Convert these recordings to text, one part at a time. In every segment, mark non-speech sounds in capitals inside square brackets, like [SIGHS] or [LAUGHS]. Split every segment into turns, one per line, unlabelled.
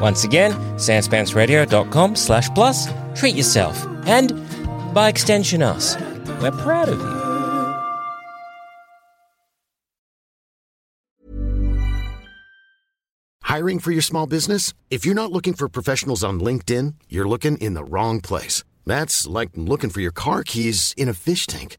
Once again, sanspantsradio.com slash plus, treat yourself, and by extension us. We're proud of you.
Hiring for your small business? If you're not looking for professionals on LinkedIn, you're looking in the wrong place. That's like looking for your car keys in a fish tank.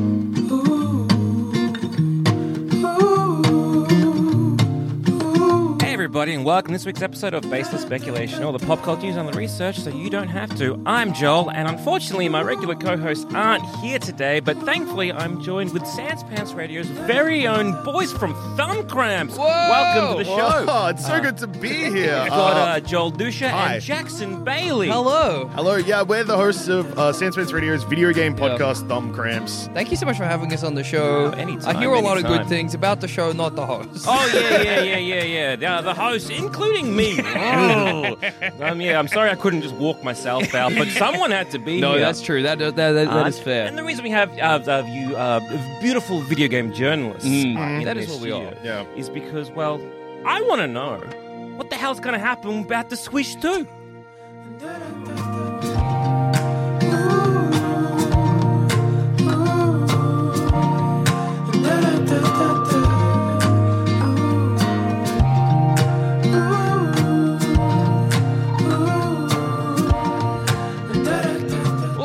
Hey everybody, and welcome to this week's episode of Baseless Speculation, all the pop culture news on the research so you don't have to. I'm Joel, and unfortunately my regular co-hosts aren't here today, but thankfully I'm joined with Sans Pants Radio's very own boys from Thumb Cramps. Welcome to the show. Uh,
Oh, it's so good to be here.
We've got
Uh,
uh, Joel Dusha
hi.
and Jackson Bailey.
Hello.
hello, yeah, we're the hosts of uh, Sandspence Radio's video game podcast, Thumb Cramps.
Thank you so much for having us on the show.
Oh, anytime,
I hear a lot of
anytime.
good things about the show, not the host.
Oh yeah, yeah, yeah, yeah, yeah. The, uh, the hosts, including me.
[LAUGHS]
Oh, um, yeah. I'm sorry I couldn't just walk myself out, but someone had to be
no,
here.
that's true. That that, that, that
Uh,
is fair.
And the reason we have uh, uh, you, uh, beautiful video game journalists,
Mm.
uh, in
That is
this
what we are.
year
Yeah.
is because well, I want to know what the hell's going to happen about the Swish Two.
Yeah,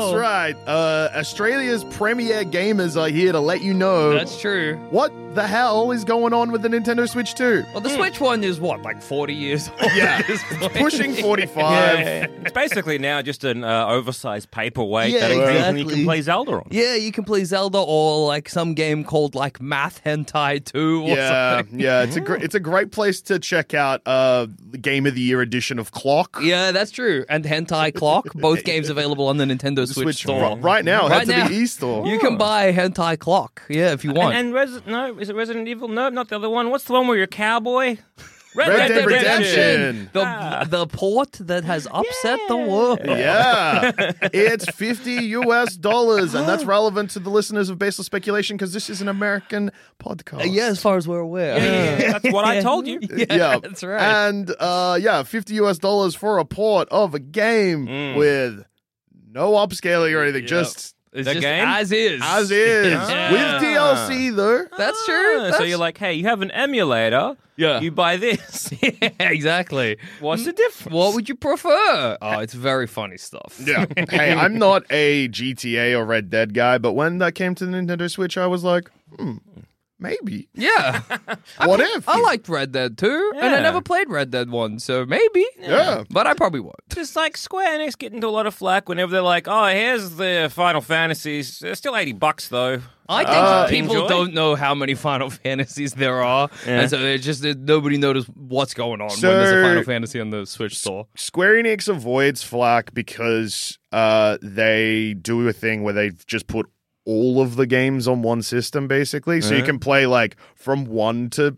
Oh.
that's right. Uh, Australia's premier gamers are here to let you know
That's true.
what the hell is going on with the Nintendo Switch 2.
Well,
Hmm.
the Switch one is what, like 40 years
[LAUGHS]
old?
Yeah,
at this point?
pushing 45.
It's basically now just an uh, oversized paperweight
Yeah,
that occasionally you can
exactly.
play Zelda on.
Yeah, you can play Zelda or like some game called like Math Hentai 2 [LAUGHS] or
Yeah,
something.
yeah, it's a gr- it's a great place to check out uh, the Game of the Year edition of Clock.
Yeah, that's true. And Hentai
[LAUGHS]
Clock, both games available on the Nintendo Switch,
Switch
store.
ri- right now,
Right
head to
now.
the e-store.
You can buy Hentai Clock, yeah, if you want.
Oh. And, and Res- no, is it Resident Evil? No, not the other one. What's the one where you're a cowboy? Red,
Dead Redemption.
The, the port that has upset the world.
[LAUGHS]
[LAUGHS]
Yeah, it's fifty US dollars,
[GASPS]
and that's relevant to the listeners of Baseless Speculation because this is an American podcast.
Uh, Yeah, [LAUGHS] as far as we're aware.
Yeah, yeah, yeah. That's what I told you.
Yeah, that's right.
And uh, yeah, fifty US dollars for a port of a game
Mm.
with no upscaling or anything, just
It's
the
just
game?
as is. [LAUGHS]
as is with DLC though.
That's true.
Ah, So you're like, hey, you have an emulator.
Yeah.
You buy this.
[LAUGHS] yeah, exactly.
What's the difference?
Mm, What would you prefer? Oh, it's very funny stuff.
Yeah. hey, I'm not a GTA or Red Dead guy, but when that came to the Nintendo Switch, I was like, hmm, maybe.
[LAUGHS] Yeah.
What if?
I liked Red Dead 2, and
Yeah.
I never played Red Dead 1, so maybe.
Yeah.
But I probably won't.
Just like Square Enix get into a lot of flack whenever they're like, oh, here's the Final Fantasies. They're still 80 bucks, though.
I think
Uh,
people
enjoy?
don't know how many Final [LAUGHS] Fantasies there are, and so it just it, nobody knows what's going on when there's a
So-
Final Fantasy on the Switch store.
Square Enix avoids flack because uh, they do a thing where they just put all of the games on one system, basically. So you can play like from one to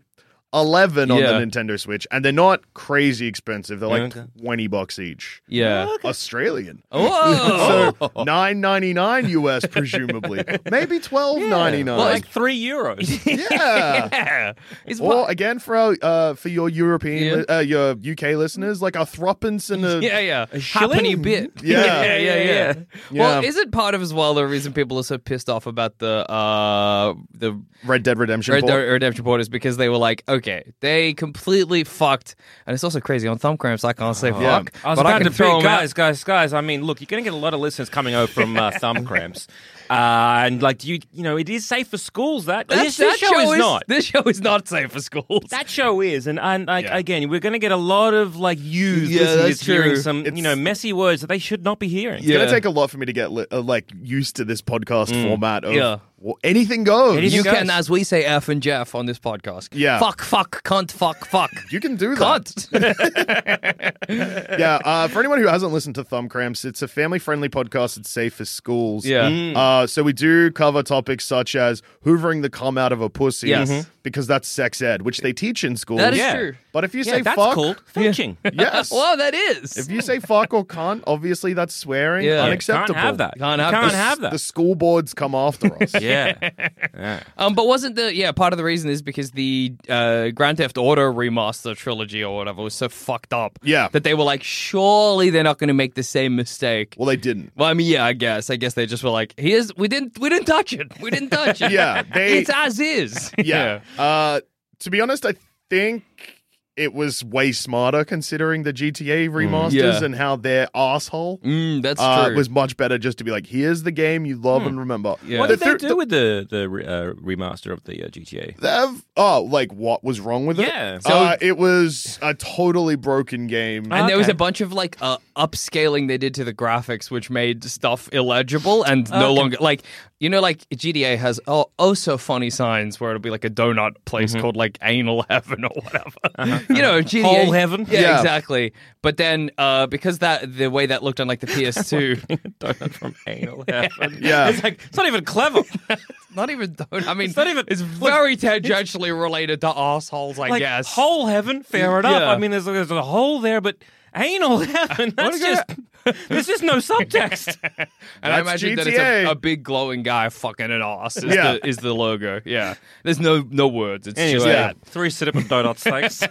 11 on
Yeah.
the Nintendo Switch, and they're not crazy expensive. They're like
Okay.
20 bucks each.
Yeah.
Australian.
Whoa.
So nine ninety nine US presumably, maybe twelve ninety nine.
like three
[LAUGHS]
euros.
[LAUGHS] yeah.
yeah. It's
Or again for our, uh, for your European
Yeah.
uh, your UK listeners, like a threepence and a
yeah, yeah. A
shilling?
Halfpenny bit.
Yeah.
yeah, yeah, yeah. Well,
Yeah.
isn't part of as well the reason people are so pissed off about the uh the
Red Dead Redemption.
Red
port.
Dead Redemption Port is because they were like, okay, they completely fucked, and it's also crazy on thumb cramps. I can't say
Yeah.
fuck,
I was
but I
about
can
to
throw
pick,
'em out.
guys, guys, guys. I mean, look, you're going to get a lot of listeners coming over from uh, thumb cramps, uh, and like, do you, you know, it is safe for schools. That
That,
this, this
that show, is
not.
This show is not safe for schools.
that show is, and and like
Yeah.
again, we're going to get a lot of like yous
Yeah,
listening to
that's
this hearing
true.
some you
It's-
know messy words that they should not be hearing.
It's
Yeah.
gonna take a lot for me to get li- uh, like used to this podcast format of
Yeah.
well, anything goes.
Anything
you
goes.
can, as we say, F and Jeff on this podcast.
Yeah.
Fuck, fuck, cunt, fuck, fuck.
You can do that.
Cunt.
yeah. Uh, for anyone who hasn't listened to Thumb Cramps, it's a family friendly podcast. It's safe for schools.
Yeah.
Mm.
Uh, so we do cover topics such as hoovering the cum out of a pussy
Yes. Mhm.
because that's sex ed, which they teach in schools.
that is
Mm-hmm. Yeah.
true.
But if you
Yeah,
say
that's
fuck,
called fetching.
[LAUGHS] yes.
Well, that is.
if you say fuck or cunt, obviously that's swearing.
Yeah. You
Can't
Unacceptable.
have that.
Can't
You
have
can't
this-
have that.
The school boards come
[LAUGHS]
after us.
yeah.
Um, but wasn't the yeah part of the reason is because the uh, Grand Theft Auto remaster trilogy or whatever was so fucked up.
Yeah.
that they were like, surely they're not going to make the same mistake.
Well, they didn't.
Well, I mean, yeah, I guess, I guess they just were like, here's we didn't we didn't touch it, we didn't touch it.
[LAUGHS] Yeah, they-
it's as is.
[LAUGHS] Yeah. Uh, to be honest, I think it was way smarter considering the GTA
Mm.
remasters
Yeah.
and how their asshole
Mm, that's
uh,
true. Hmm.
was much better. Just to be like, here's the game you love and remember.
Yeah.
What
The
did they do with the the re- uh, remaster of the uh, GTA?
They've, oh, like what was wrong with it?
Yeah.
uh, it was a totally broken game.
and there was
Okay.
a bunch of like uh, upscaling they did to the graphics, which made stuff illegible and no
Okay.
longer like you know like GDA has oh oh so funny signs where it'll be like a donut place
Mm-hmm.
called like anal heaven or whatever. [LAUGHS] you know GDA
Hole Uh-huh. heaven?
Yeah,
Yeah.
exactly. But then uh, because that the way that looked on
[LAUGHS]
like the PS2,
Donut from [LAUGHS] anal heaven.
Yeah.
It's like it's not even clever.
not even donut. I mean,
It's not even-
It's
look,
very tangentially related to assholes, I
like
guess.
hole heaven, fair enough.
Yeah.
I mean, there's there's a hole there, but anal heaven. That's
do you
just there's just no subtext.
And I
That's
imagine that it's a,
GTA.
a big glowing guy fucking an ass is,
Yeah.
the, is the logo. Yeah. There's no no words. It's just
Yeah.
that.
three sit up and donuts. Thanks.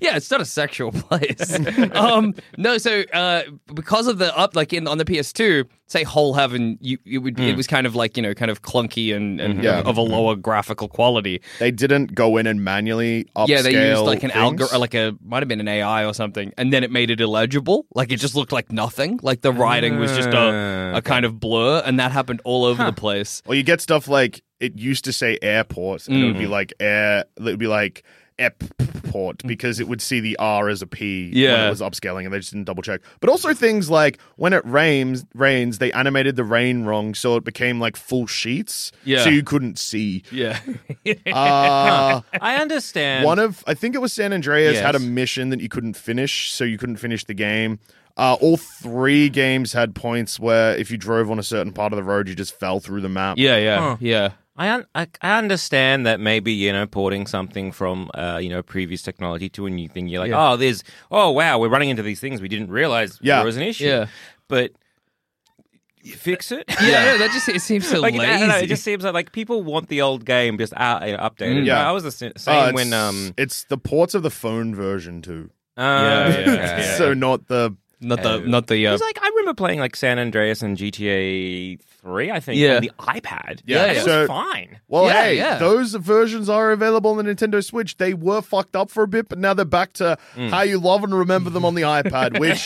Yeah, it's not a sexual [LAUGHS] place. um, no, so uh, because of the up, like in on the PS2, say Whole Heaven, you, it would it was kind of like you know kind of clunky and, and
Hmm. Mm-hmm. Yeah.
of a lower graphical quality.
They didn't go in and manually upscale.
yeah, they used like an
things.
algor, like a might have been an AI or something, and then it made it illegible. Like it just looked like nothing. Like the writing was just a, a
Ah.
kind of blur, and that happened all over the place.
Or you get stuff like it used to say airport, and it would be
Mm.
like air. It would be like port because it would see the R as a P when
Yeah.
it was upscaling, and they just didn't double check. But also things like when it rains, rains they animated the rain wrong, so it became like full sheets,
Yeah.
so you couldn't see.
Yeah. [LAUGHS]
Uh,
I understand.
one of I think it was San Andreas had a
Yes.
mission that you couldn't finish, so you couldn't finish the game. Uh, all three games had points where if you drove on a certain part of the road, you just fell through the map.
Yeah, yeah, yeah.
I, un- I I understand that maybe you know porting something from uh, you know previous technology to a new thing. You're like,
Yeah.
oh, there's oh wow, we're running into these things we didn't realize
Yeah.
there was an issue.
Yeah.
but fix it.
Yeah, no, that just it seems
[LAUGHS]
so
like
lazy. Mm.
I don't know, it just seems like, like people want the old game just out you know, updated.
Yeah.
I was the sa-
Oh,
same
it's-
when um
it's the ports of the phone version too.
uh, [LAUGHS]
[LAUGHS] Yeah, yeah,
okay.
yeah.
[LAUGHS] So not the
[LAUGHS] not the not the uh,
Because like I remember playing like San Andreas and GTA Three, I think,
Yeah.
on the iPad.
Yeah,
And
yeah.
it
So-
was fine.
well,
Yeah,
hey,
yeah.
those versions are available on the Nintendo Switch. They were fucked up for a bit, but now they're back to
Mm.
how you love and remember them on
[LAUGHS]
the iPad. Which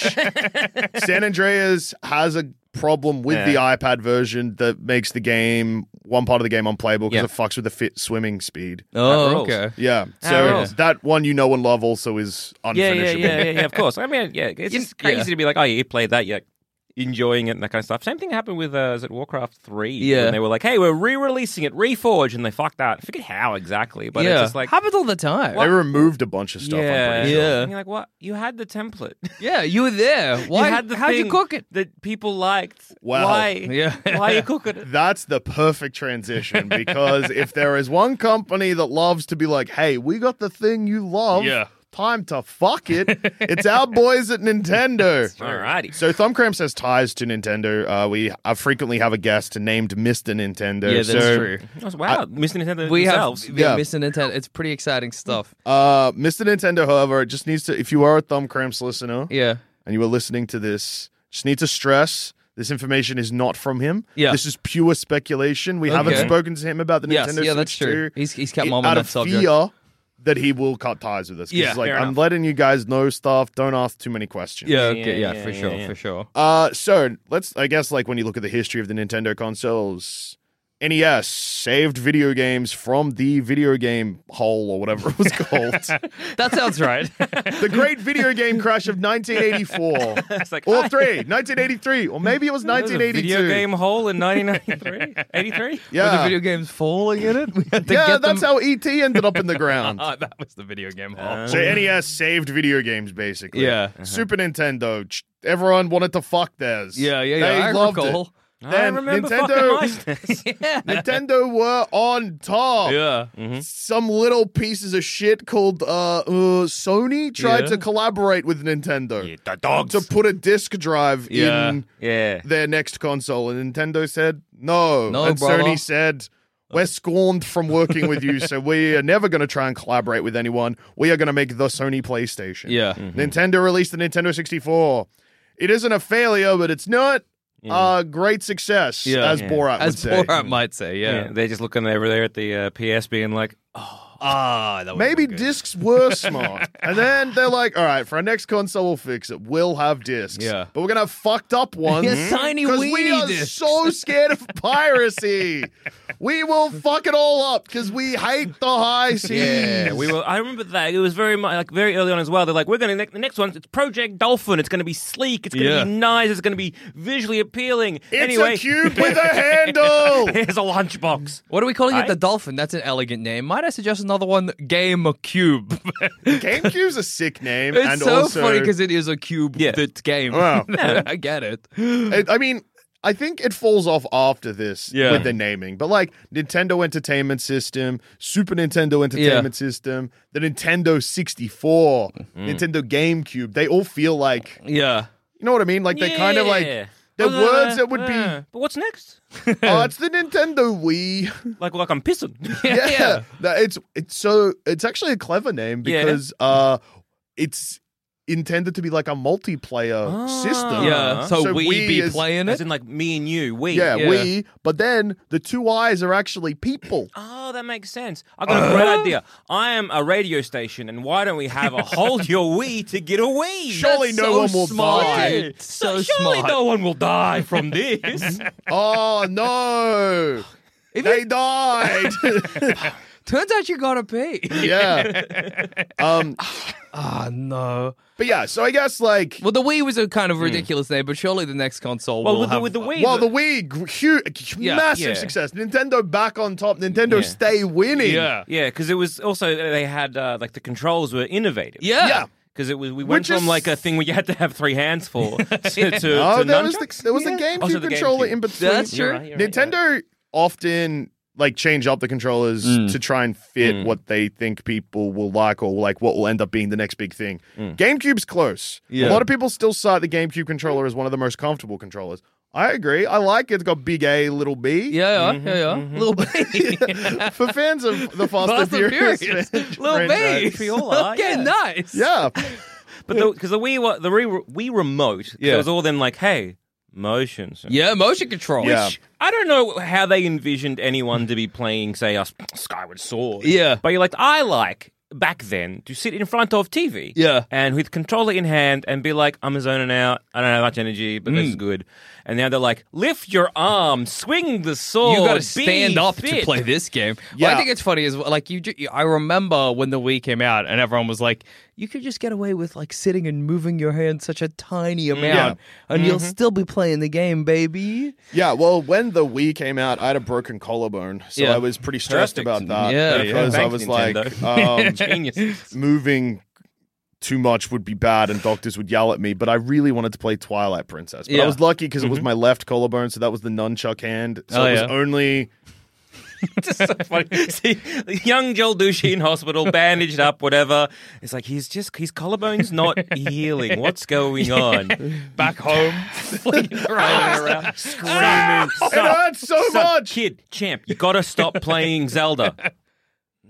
San Andreas has a problem with the iPad version that makes the game one part of the game unplayable because
Yeah. Uh,
it fucks with the fit swimming speed.
That
oh
rules.
okay.
Yeah,
Ah,
so
rules.
that one you know and love also is
Yeah, yeah,
unfinishable.
yeah, yeah, yeah. Of course. I mean, yeah, it's just crazy
yeah.
to be like, oh, you played that, you're like, enjoying it and that kind of stuff. Same thing happened with uh, is it Warcraft three?
Yeah.
when they were like, "Hey, we're re-releasing it, Reforge," and they fucked that. I forget how exactly, but it's just like,
happens all the time.
They removed a bunch of stuff. I'm
yeah,
pretty sure.
sure.
And you're like, "What? You had the template. [LAUGHS]
Yeah, you were there. Why?
you had the
how'd
thing
you cook it?
that people liked?
Wow.
Why?
[LAUGHS] Yeah.
[LAUGHS] why are you cooking
[LAUGHS]
it?
That's the perfect transition because if there is one company that loves to be like, hey, we got the thing you love.
Yeah.
Time to fuck it. It's our boys at Nintendo.
Alrighty.
So Thumbcramps has ties to Nintendo. Uh, we uh, frequently have a guest named Mr. Nintendo.
Yeah, that's
So,
true.
Wow, Mr. Nintendo
We have [LAUGHS]
themselves.
Yeah.
yeah. missing Nintendo. It's pretty exciting stuff.
Uh, Mr. Nintendo, however, just needs to, if you are a Thumbcramps listener
Yeah.
and you are listening to this, just need to stress this information is not from him.
Yeah.
This is pure speculation. We haven't
Okay.
spoken to him about the
Yes,
Nintendo
yeah, that's
Switch
true.
2.
He's- he's kept
i-
mum on
out
that
of
subject.
fear that he will cut ties with us. 'Cause
Yeah,
he's like,
fair
I'm
enough.
letting you guys know stuff. Don't ask too many questions.
Yeah, okay,
yeah,
yeah,
yeah,
for
yeah,
sure,
yeah.
for sure.
Uh, so let's, I guess, like when you look at the history of the Nintendo consoles, NES saved video games from the video game hole or whatever it
[LAUGHS]
was called.
That sounds [LAUGHS] right.
the great video game crash of 1984.
It's like,
Or
"Hi,
three, 1983, or maybe it was
there was a
1982.
Video game hole in
[LAUGHS]
1993, 83.
Were the
Yeah,
video games falling in it? We had to
yeah,
get
that's
them-
how ET ended up in the ground.
Ah, [LAUGHS] that was the video game hole.
So NES saved video games basically.
Yeah.
Super Nintendo. ch- Everyone wanted to fuck theirs.
yeah, yeah, yeah.
They
I
loved
recall.
it.
I
Then
remember
Nintendo,
fucking
[LAUGHS]
nice.
[LAUGHS] Nintendo were on top.
Yeah.
some little pieces of shit called uh, uh Sony tried
Yeah.
to collaborate with Nintendo
the dogs.
to put a disc drive
Yeah.
in
Yeah.
their next console, and Nintendo said no,
No,
and
brother.
Sony said. We're scorned from working with you, so we are never going to try and collaborate with anyone. We are going to make the Sony PlayStation.
Yeah.
Nintendo released the Nintendo 64. It isn't a failure, but it's not a great success,
Yeah.
as Borat would
As
say.
Borat might say,
Yeah,
yeah.
they're just looking over there at the uh, PS being like,
Ah,
Oh,
that
Maybe discs
[LAUGHS]
were smart. and then they're like, all right, for our next console, we'll fix it. We'll have discs.
Yeah.
But we're going to have fucked up ones.
Yeah, [LAUGHS] tiny
Because we
weenie
are
discs.
so scared of piracy. we will fuck it all up because we hate the high
[LAUGHS]
seas.
yeah, we were. I remember that it was very much like very early on as well. They're like, we're going to the next one. It's Project Dolphin. It's going to be sleek. It's going to
Yeah.
be nice. It's going to be visually appealing.
It's
anyway,
a cube with
[LAUGHS]
a
[LAUGHS]
handle.
here's a lunchbox.
What are we calling
I-
it? The Dolphin. That's an elegant name. Might I suggest another one? Game Cube. [LAUGHS] it's
GameCube's a sick name. and
so
also,
funny because it is a cube
Yeah.
that's game. [LAUGHS]
Wow.
I get it.
It, I mean, I think it falls off after this
Yeah.
with the naming, but like Nintendo Entertainment System, Super Nintendo Entertainment System, the Nintendo 64, Nintendo GameCube, they all feel like,
Yeah.
you know what I mean? Like they kind of like,
Yeah.
the
Other-
words that would
yeah. But what's
[LAUGHS]
next?
be, oh, it's the Nintendo Wii.
like, like I'm pissing.
[LAUGHS] Yeah. yeah.
That- it's, it's so, it's actually a clever name
Yeah.
because uh, it's intended to be like a multiplayer system.
Yeah,
Uh, So, we
Wii
be
Uh-huh. is-
playing
As
it?
in, like me and you, we.
Yeah,
Yeah.
we. But then the two eyes are actually people.
Oh, that makes sense. I got a great
Uh-huh.
idea. I am a radio station, and why don't we have a hold
[LAUGHS]
your Wii to get a Wii?
Surely
That's
no
so
one will
smart.
die.
Yeah.
So
surely
smart.
no one will die from
[LAUGHS]
this.
Oh no! they died.
Turns out you gotta pay.
yeah. Um.
Ah, no.
But yeah. So I guess like.
Well, the Wii was a kind of
Hmm.
ridiculous name, but surely the next console
well,
will
with, the,
have
with the Wii,
Well, the Wii, gr- hu-
Yeah,
massive
yeah.
success. Nintendo back on top. Nintendo
Yeah.
stay winning.
Yeah.
yeah, because it was also they had uh, like the controls were innovative.
Yeah.
Yeah.
Because it was we went
Which
from
is-
like a thing where you had to have three hands
[LAUGHS]
for to, to, to
Oh, there was
nunchucks?
the, there was
Yeah.
the GameCube
Oh, so the
controller
GameCube.
in between.
That's true.
right, you're right, you're
Nintendo often like change up the controllers to try and fit what they think people will like or like what will end up being the next big thing. GameCube's close.
Yeah.
A lot of people still cite the GameCube controller as one of the most comfortable controllers. I agree. I like it. It's got big A, little B.
Yeah, yeah,
Mm-hmm,
yeah, yeah. Little baby.
[LAUGHS] For fans of the Fast,
Fast
and Furious, [LAUGHS]
Little
franchise.
baby.
Fiola,
[LAUGHS] Okay,
yeah.
nice.
Yeah.
But because the, Wii, wa- the Wii, Wii remote, yeah.
Yeah.
it was all them like, hey, motions.
Yeah, motion control.
Yeah.
I don't know how they envisioned anyone to be playing, say, us [CLEARS THROAT] Skyward Sword.
Yeah.
but you're like, I like back then to sit in front of TV.
Yeah.
And with controller in hand and be like, I'm a zoner now. I don't have much energy, but that's good. And now they're like, lift your arm, swing the sword.
You got to
Oh, be
stand up
fit."
to play this game. Well,
Yeah.
I think it's funny is like you. ju- I remember when the Wii came out, and everyone was like, "You could just get away with like sitting and moving your hand such a tiny amount, and you'll still be playing the game, baby."
Yeah, well, when the Wii came out, I had a broken collarbone, so
Yeah.
I was pretty stressed
Perfect.
about that.
Yeah, yeah.
because I
Thanks,
was
Nintendo.
[LAUGHS]
like,
[LAUGHS]
um,
Genius.
moving too much would be bad, and doctors would yell at me. But I really wanted to play Twilight Princess. But I
Yeah. Mm-hmm.
was lucky because it was my left collarbone, so that was the nunchuck hand. So
Oh,
it was
yeah.
only
[LAUGHS] just so funny. See, young Joel Dushy in hospital, bandaged up, whatever. It's like he's just his collarbone's not healing. What's going on?
Back [LAUGHS] home, flinging around.
Around, [LAUGHS] Screaming.
it hurts so much.
Kid, champ, you gotta stop playing Zelda.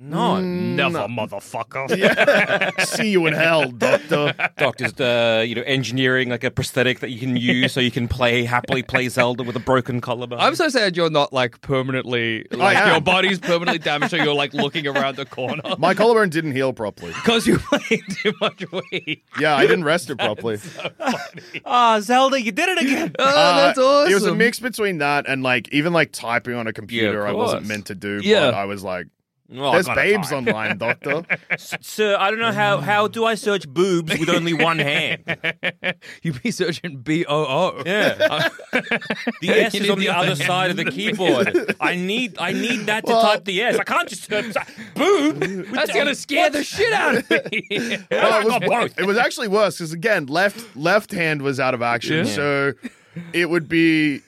No,
Never, [LAUGHS] motherfucker.
[LAUGHS] See you in
[LAUGHS]
hell, doctor.
doctors, uh, you know, engineering like a prosthetic that you can use so you can play happily play Zelda with a broken collarbone.
I'm so sad you're not like permanently, like
am.
your body's permanently damaged, so you're like looking around the corner
My collarbone didn't heal properly.
because you're playing too much Wii.
Yeah, I didn't rest it properly.
Ah, [LAUGHS] Zelda, you did it again.
[LAUGHS] Oh, that's
Uh,
awesome.
It was a mix between that and like even like typing on a computer. I wasn't
course.
meant to do.
Yeah.
but I was like,
Oh, I
"There's
gotta
babes
type.
online, [LAUGHS] doctor."
Sir, I don't know how how do I search boobs with only one hand?
[LAUGHS] You be searching B O O. [LAUGHS]
Yeah. Uh, the S is
You need
on the
the
other
other
side of the keyboard. I need I need that to type the S. I can't just uh, type boom.
That's gonna [LAUGHS] scare the shit out of me. [LAUGHS]
No, it,
got
was,
both.
it was actually worse because again, left left hand was out of action,
Yeah.
so it would be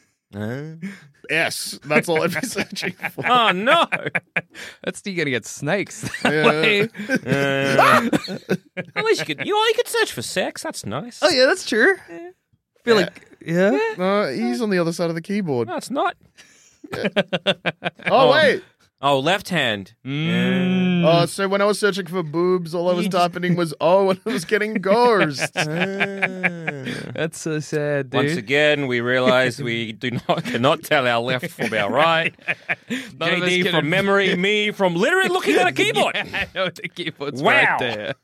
S. That's all I'd be [LAUGHS] searching for.
Oh
[LAUGHS]
no!
That's you're gonna get snakes. [LAUGHS]
Yeah.
At least you could you, oh, you could search for sex. That's nice.
oh yeah, that's true. Feel like yeah.
No, he's on the other side of the keyboard.
No, it's not.
Oh wait.
Oh, left hand.
Mm.
Uh, so when I was searching for boobs, all I was typing was "oh," and I was getting ghosts. [LAUGHS]
That's so sad, dude.
Once again, we realize we do not cannot tell our left from our
[LAUGHS]
right.
None of us
JD
can-
from
[LAUGHS]
memory, me from literally looking at a keyboard.
I know the keyboard's
Wow.
right there.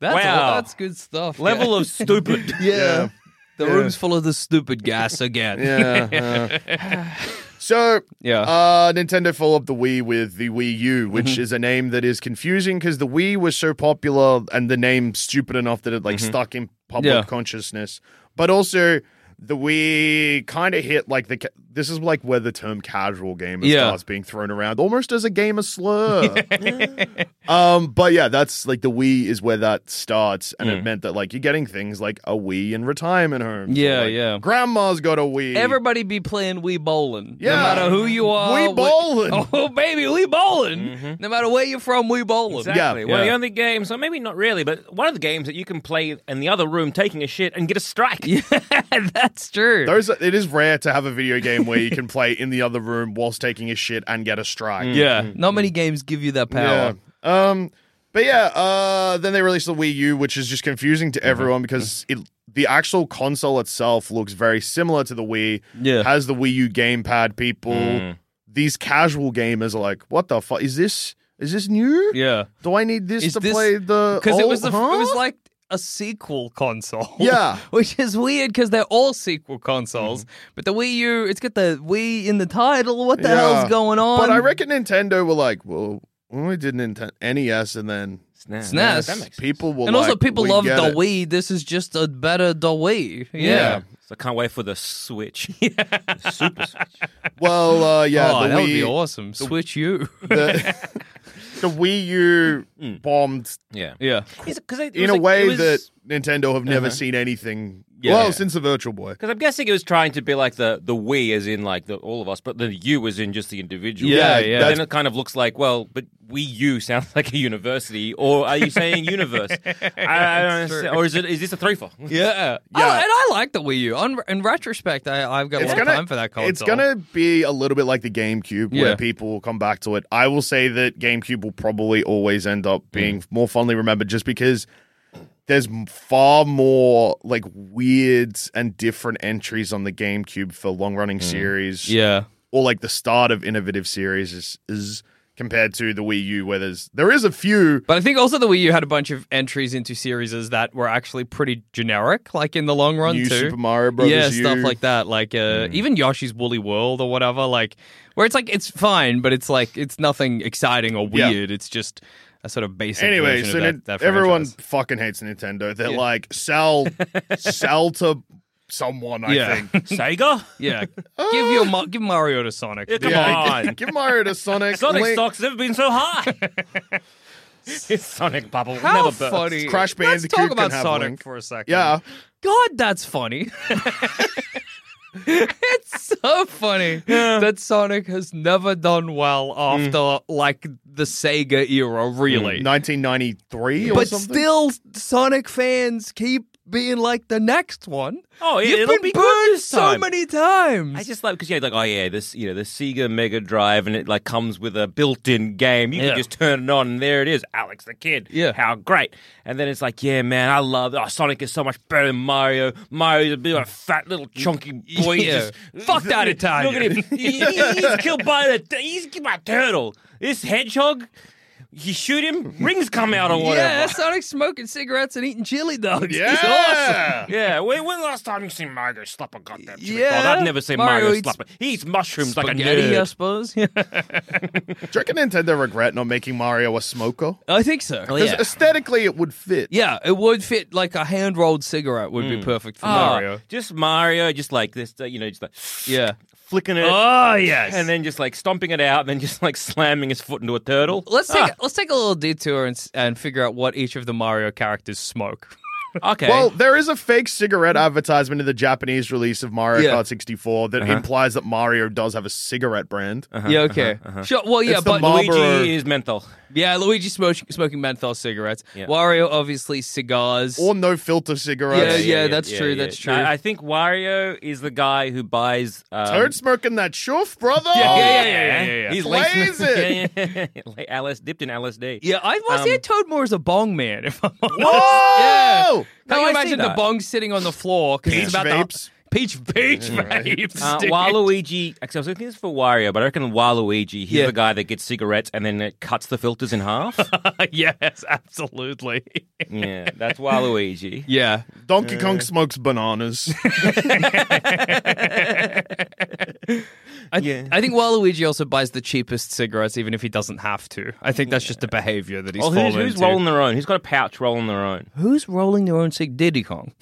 That's
Wow.
all, that's good stuff.
Level of stupid.
yeah. yeah. The room's full of the stupid gas again.
Yeah. so
Yeah.
Uh, Nintendo followed up the Wii with the Wii U, which
Mm-hmm.
is a name that is confusing because the Wii was so popular and the name stupid enough that it like stuck in public
Mm-hmm. Yeah.
consciousness. But also the Wii kind of hit like the ca- this is like where the term casual gamer
Yeah.
starts being thrown around almost as a
[LAUGHS]
gamer slur. [LAUGHS] um, but yeah, that's like the Wii is where that starts, and
Mm.
it meant that like you're getting things like a Wii in retirement homes. or,
Yeah,
like,
yeah.
Grandma's got a Wii.
Everybody be playing Wii Bowling.
Yeah.
No matter who you are.
Wii
what-
bowling.
[LAUGHS] Oh, baby, Wii Bowling. No matter where you're from, Wii Bowling.
Exactly. One of the
Yeah.
only games, or maybe not really, but one of the games that you can play in the other room taking a shit and get a strike. [LAUGHS]
[LAUGHS] That's true.
Those are, it is rare to have a video game where you can play in the other room whilst taking a shit and get a strike.
Mm. yeah. Not many games give you that power.
Yeah. Um, but yeah, uh, then they released the Wii U, which is just confusing
Mm-hmm.
to everyone because it, the actual console itself looks very similar to the Wii.
Yeah. Mm.
has the Wii U gamepad. People, these casual gamers are like, "What the fuck is this? Is this new?
Yeah.
Do I need this
Is
to
this-
play the?
Because it was the,
old- huh?"
it was like a sequel console.
[LAUGHS] Yeah.
[LAUGHS]
Mm-hmm.
Which is weird because they're all sequel consoles. But the Wii U, it's got the Wii in the title. What the
Yeah.
hell's going on?
But I reckon Nintendo were like, "Well, when we did Nintendo NES, and then."
SNES.
SNES.
That makes sense.
People will
and also,
like,
people
"We
love
get
the
it."
Wii. This is just a better the Wii. Yeah.
So I can't wait for the Switch.
[LAUGHS]
The Super Switch.
Well, uh, yeah,
oh,
the,
that
Wii,
would be awesome. Switch U.
the, the Wii U
Hmm.
bombed
Yeah.
[LAUGHS] [LAUGHS] yeah.
in a way that Nintendo have
Uh-huh.
never seen anything.
Yeah.
well, since the Virtual Boy.
Because I'm guessing it was trying to be like the, the we as in like the, all of us, but the you as in just the individual.
Yeah,
But
yeah.
Then it kind of looks like, well, but we you sounds [LAUGHS] like a university, or are you saying
[LAUGHS]
universe? I, I don't
That's true.
understand. Or is it is this a three
[LAUGHS]
for?
Yeah. I,
[LAUGHS] Yeah.
Oh, and I like the Wii U. On, in retrospect, I, I've got a lot of time for that console.
it's gonna be a little bit like the GameCube, where
Yeah.
people will come back to it. I will say that GameCube will probably always end
Hmm.
up being more fondly remembered, just because there's m- far more like weird and different entries on the
Hmm.
GameCube for long running series.
Yeah.
or like the start of innovative series is, is compared to the Wii U, where there's there is a few.
But I think also the Wii U had a bunch of entries into series that were actually pretty generic, like in the long run
New
too.
Super Mario Brothers
yeah,
U. Hmm.
stuff like that. Like uh, even Yoshi's Woolly World or whatever. Like where it's like it's fine, but it's like it's nothing exciting or
Yeah.
weird. It's just a sort of basic.
Anyway,
version of
so
that,
Nin-
that
everyone
franchise.
fucking hates Nintendo. They're
Yeah. [LAUGHS]
like sell, sell to someone. I
Yeah. [LAUGHS]
think.
Sega?
[LAUGHS]
Yeah, give your Ma- give Mario to Sonic.
Yeah, come
Yeah,
on.
[LAUGHS] give Mario to Sonic.
Sonic
Link,
stock's never been so
[LAUGHS]
high. His Sonic bubble
How
never burst.
funny!
Crash
Let's
Bandicoot
talk
can
about
have
Sonic
Link.
for a second.
Yeah,
God, that's funny. [LAUGHS] it's so funny that Sonic has never done well after like the Sega era, really.
1993 or
but
something.
still, Sonic fans keep being like the next one.
Oh, it-
You've
it'll
been
be good
burned
this
so
time.
many times.
I just like because yeah, like oh yeah, this you know the Sega Mega Drive, and it like comes with a built-in game. You
Yeah.
can just turn it on, and there it is, Alex the Kid.
Yeah.
how great! And then it's like, yeah, man, I love oh, Sonic is so much better than Mario. Mario's a bit of a fat little chunky boy.
Yeah.
Just,
Fuck that Italian.
Look at him. He-
[LAUGHS]
he's killed by the he's killed by a turtle. This hedgehog, you shoot him, rings come out or whatever.
yeah, Sonic smoking cigarettes and eating chili dogs. It's awesome.
yeah,
Yeah, when, when last time you seen Mario slap a goddamn chili
Yeah.
dog? Oh, I've never seen
Mario
Mario,
eats
slap a. He eats mushrooms
Spaghetti,
like a
I
nerd.
suppose. [LAUGHS]
do you reckon Nintendo regret not making Mario a smoker?
I think so.
Because aesthetically, it would fit.
Yeah, it would fit like a hand rolled cigarette would be perfect for Mario.
Oh, just Mario, just like this, uh, you know, just like
Yeah.
flicking it,
Oh
[LAUGHS]
yes.
and then just like stomping it out, and then just like slamming his foot into a turtle. Ah,
Let's take let's take a little detour and s- and figure out what each of the Mario characters smoke.
[LAUGHS] Okay,
Well, there is a fake cigarette advertisement in the Japanese release of Mario
Yeah. Uh-huh.
Kart 64 that implies that Mario does have a cigarette brand.
Uh-huh,
yeah, okay, sure. Well, yeah,
It's the
but
Mar-
Luigi
Marlboro.
is menthol.
yeah, Luigi smoking smoking menthol cigarettes. Wario obviously cigars.
Or no filter
Yeah,
cigarettes.
yeah. that's true, that's true.
I, I think Wario is the guy who buys. Um,
Turd smoking that shoof, brother.
yeah, yeah, yeah, yeah, yeah.
He's
Blaze it.
[LAUGHS] yeah, yeah, yeah. Like Alice dipped in LSD.
yeah, I must
Um,
say Toad more as a bong man. If I'm honest.
Whoa!
Yeah. Can
No,
you
I see
imagine the
that.
bong sitting on the floor? 'cause
Peach
it's about
vapes.
The, peach peach vapes. [LAUGHS]
Uh,
dude.
Waluigi, actually, I was thinking this for Wario, but I reckon Waluigi, he's
Yeah.
the guy that gets cigarettes and then it cuts the filters in
[LAUGHS]
half.
yes,
[LAUGHS]
absolutely.
yeah, that's Waluigi.
yeah,
Donkey Kong smokes bananas.
I, I think Waluigi also buys the cheapest cigarettes, even if he doesn't have to. I think that's just a behavior that he's
Well,
fallen
who's, who's
into.
rolling their own? Who's got a pouch rolling their own?
who's rolling their own cig? Diddy Kong.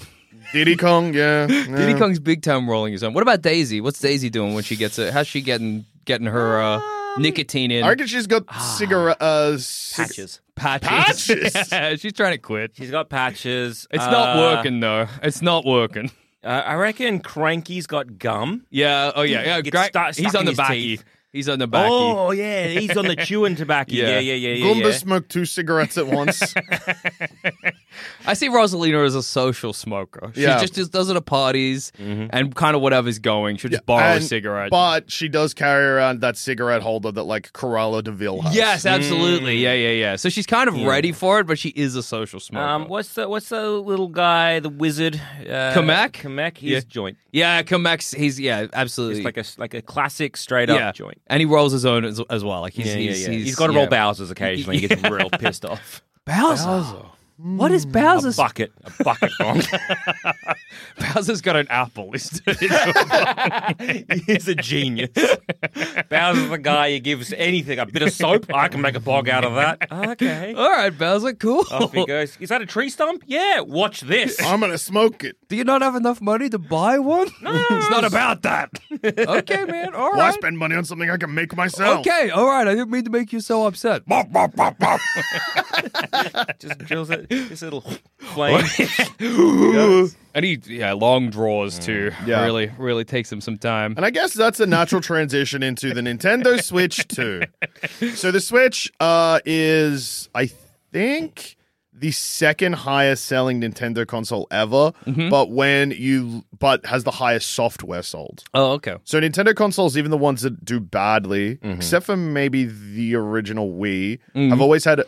Diddy Kong,
[LAUGHS]
yeah.
Diddy
yeah.
Kong's big time rolling his own. What about Daisy? What's Daisy doing when she gets it? How's she getting getting her uh,
Um,
nicotine in?
I reckon she's got cigarette uh, cig-
Patches.
patches.
Patches?
[LAUGHS] Yeah, she's trying to quit.
He's got patches.
It's not
Uh,
working though. It's not working.
Uh, I reckon Cranky's got gum.
Yeah. Oh yeah. Yeah.
Gets
Gra-
stuck-
he's
stuck
on
in
the
his
backy.
teeth.
He's on the backy.
Oh yeah, he's on the [LAUGHS] chewing tobacco. Yeah, yeah,
Yeah.
yeah, yeah. yeah,
Goomba smoked two cigarettes at once.
I see Rosalina as a social smoker. She
Yeah.
just, just does it at parties and kind of whatever's going. She'll just borrow
And-
a cigarette.
But she does carry around that cigarette holder that like Cruella Deville has.
Yes, absolutely. Yeah, yeah, yeah. So she's kind of ready for it, but she is a social smoker.
Um, what's the what's the little guy, the wizard? Uh,
Kamek?
Kamek. He's
Yeah.
joint.
yeah, Kamex, he's yeah, absolutely.
It's like a like a classic straight
yeah,
up joint.
and he rolls his own as, as well. Like he's
Yeah, yeah,
he's,
yeah.
he's,
he's got to roll
yeah.
Bowser's occasionally. He gets real pissed [LAUGHS] off.
Bowser. Mm. What is Bowser's?
Bucket, a [LAUGHS] bucket wrong.
[LAUGHS] Bowser's got an apple. [LAUGHS] He's-
He's a [LAUGHS] genius. Bowser's the guy who gives anything a bit of soap. I can make a bog out of that. Okay.
All right, Bowser, cool.
[LAUGHS] Off he goes. Is that a tree stump? Yeah. Watch [LAUGHS] this.
I'm gonna smoke it.
Do you not have enough money to buy one? No, [LAUGHS] it's not about that. okay, man. All
Why
right.
spend money on something Oh, I can make myself?
Okay, all right. I didn't mean to make you so upset.
Just drills it. This [LAUGHS] little flame. [LAUGHS]
And he, yeah, long draws too.
Yeah.
Really, really takes him some time.
And I guess that's a natural transition into the Nintendo Switch 2. So the Switch uh, is, I think, the second highest selling Nintendo console ever, but when you but has the highest software sold.
Oh, okay.
So Nintendo consoles, even the ones that do badly,
Mm-hmm.
except for maybe the original Wii, have always had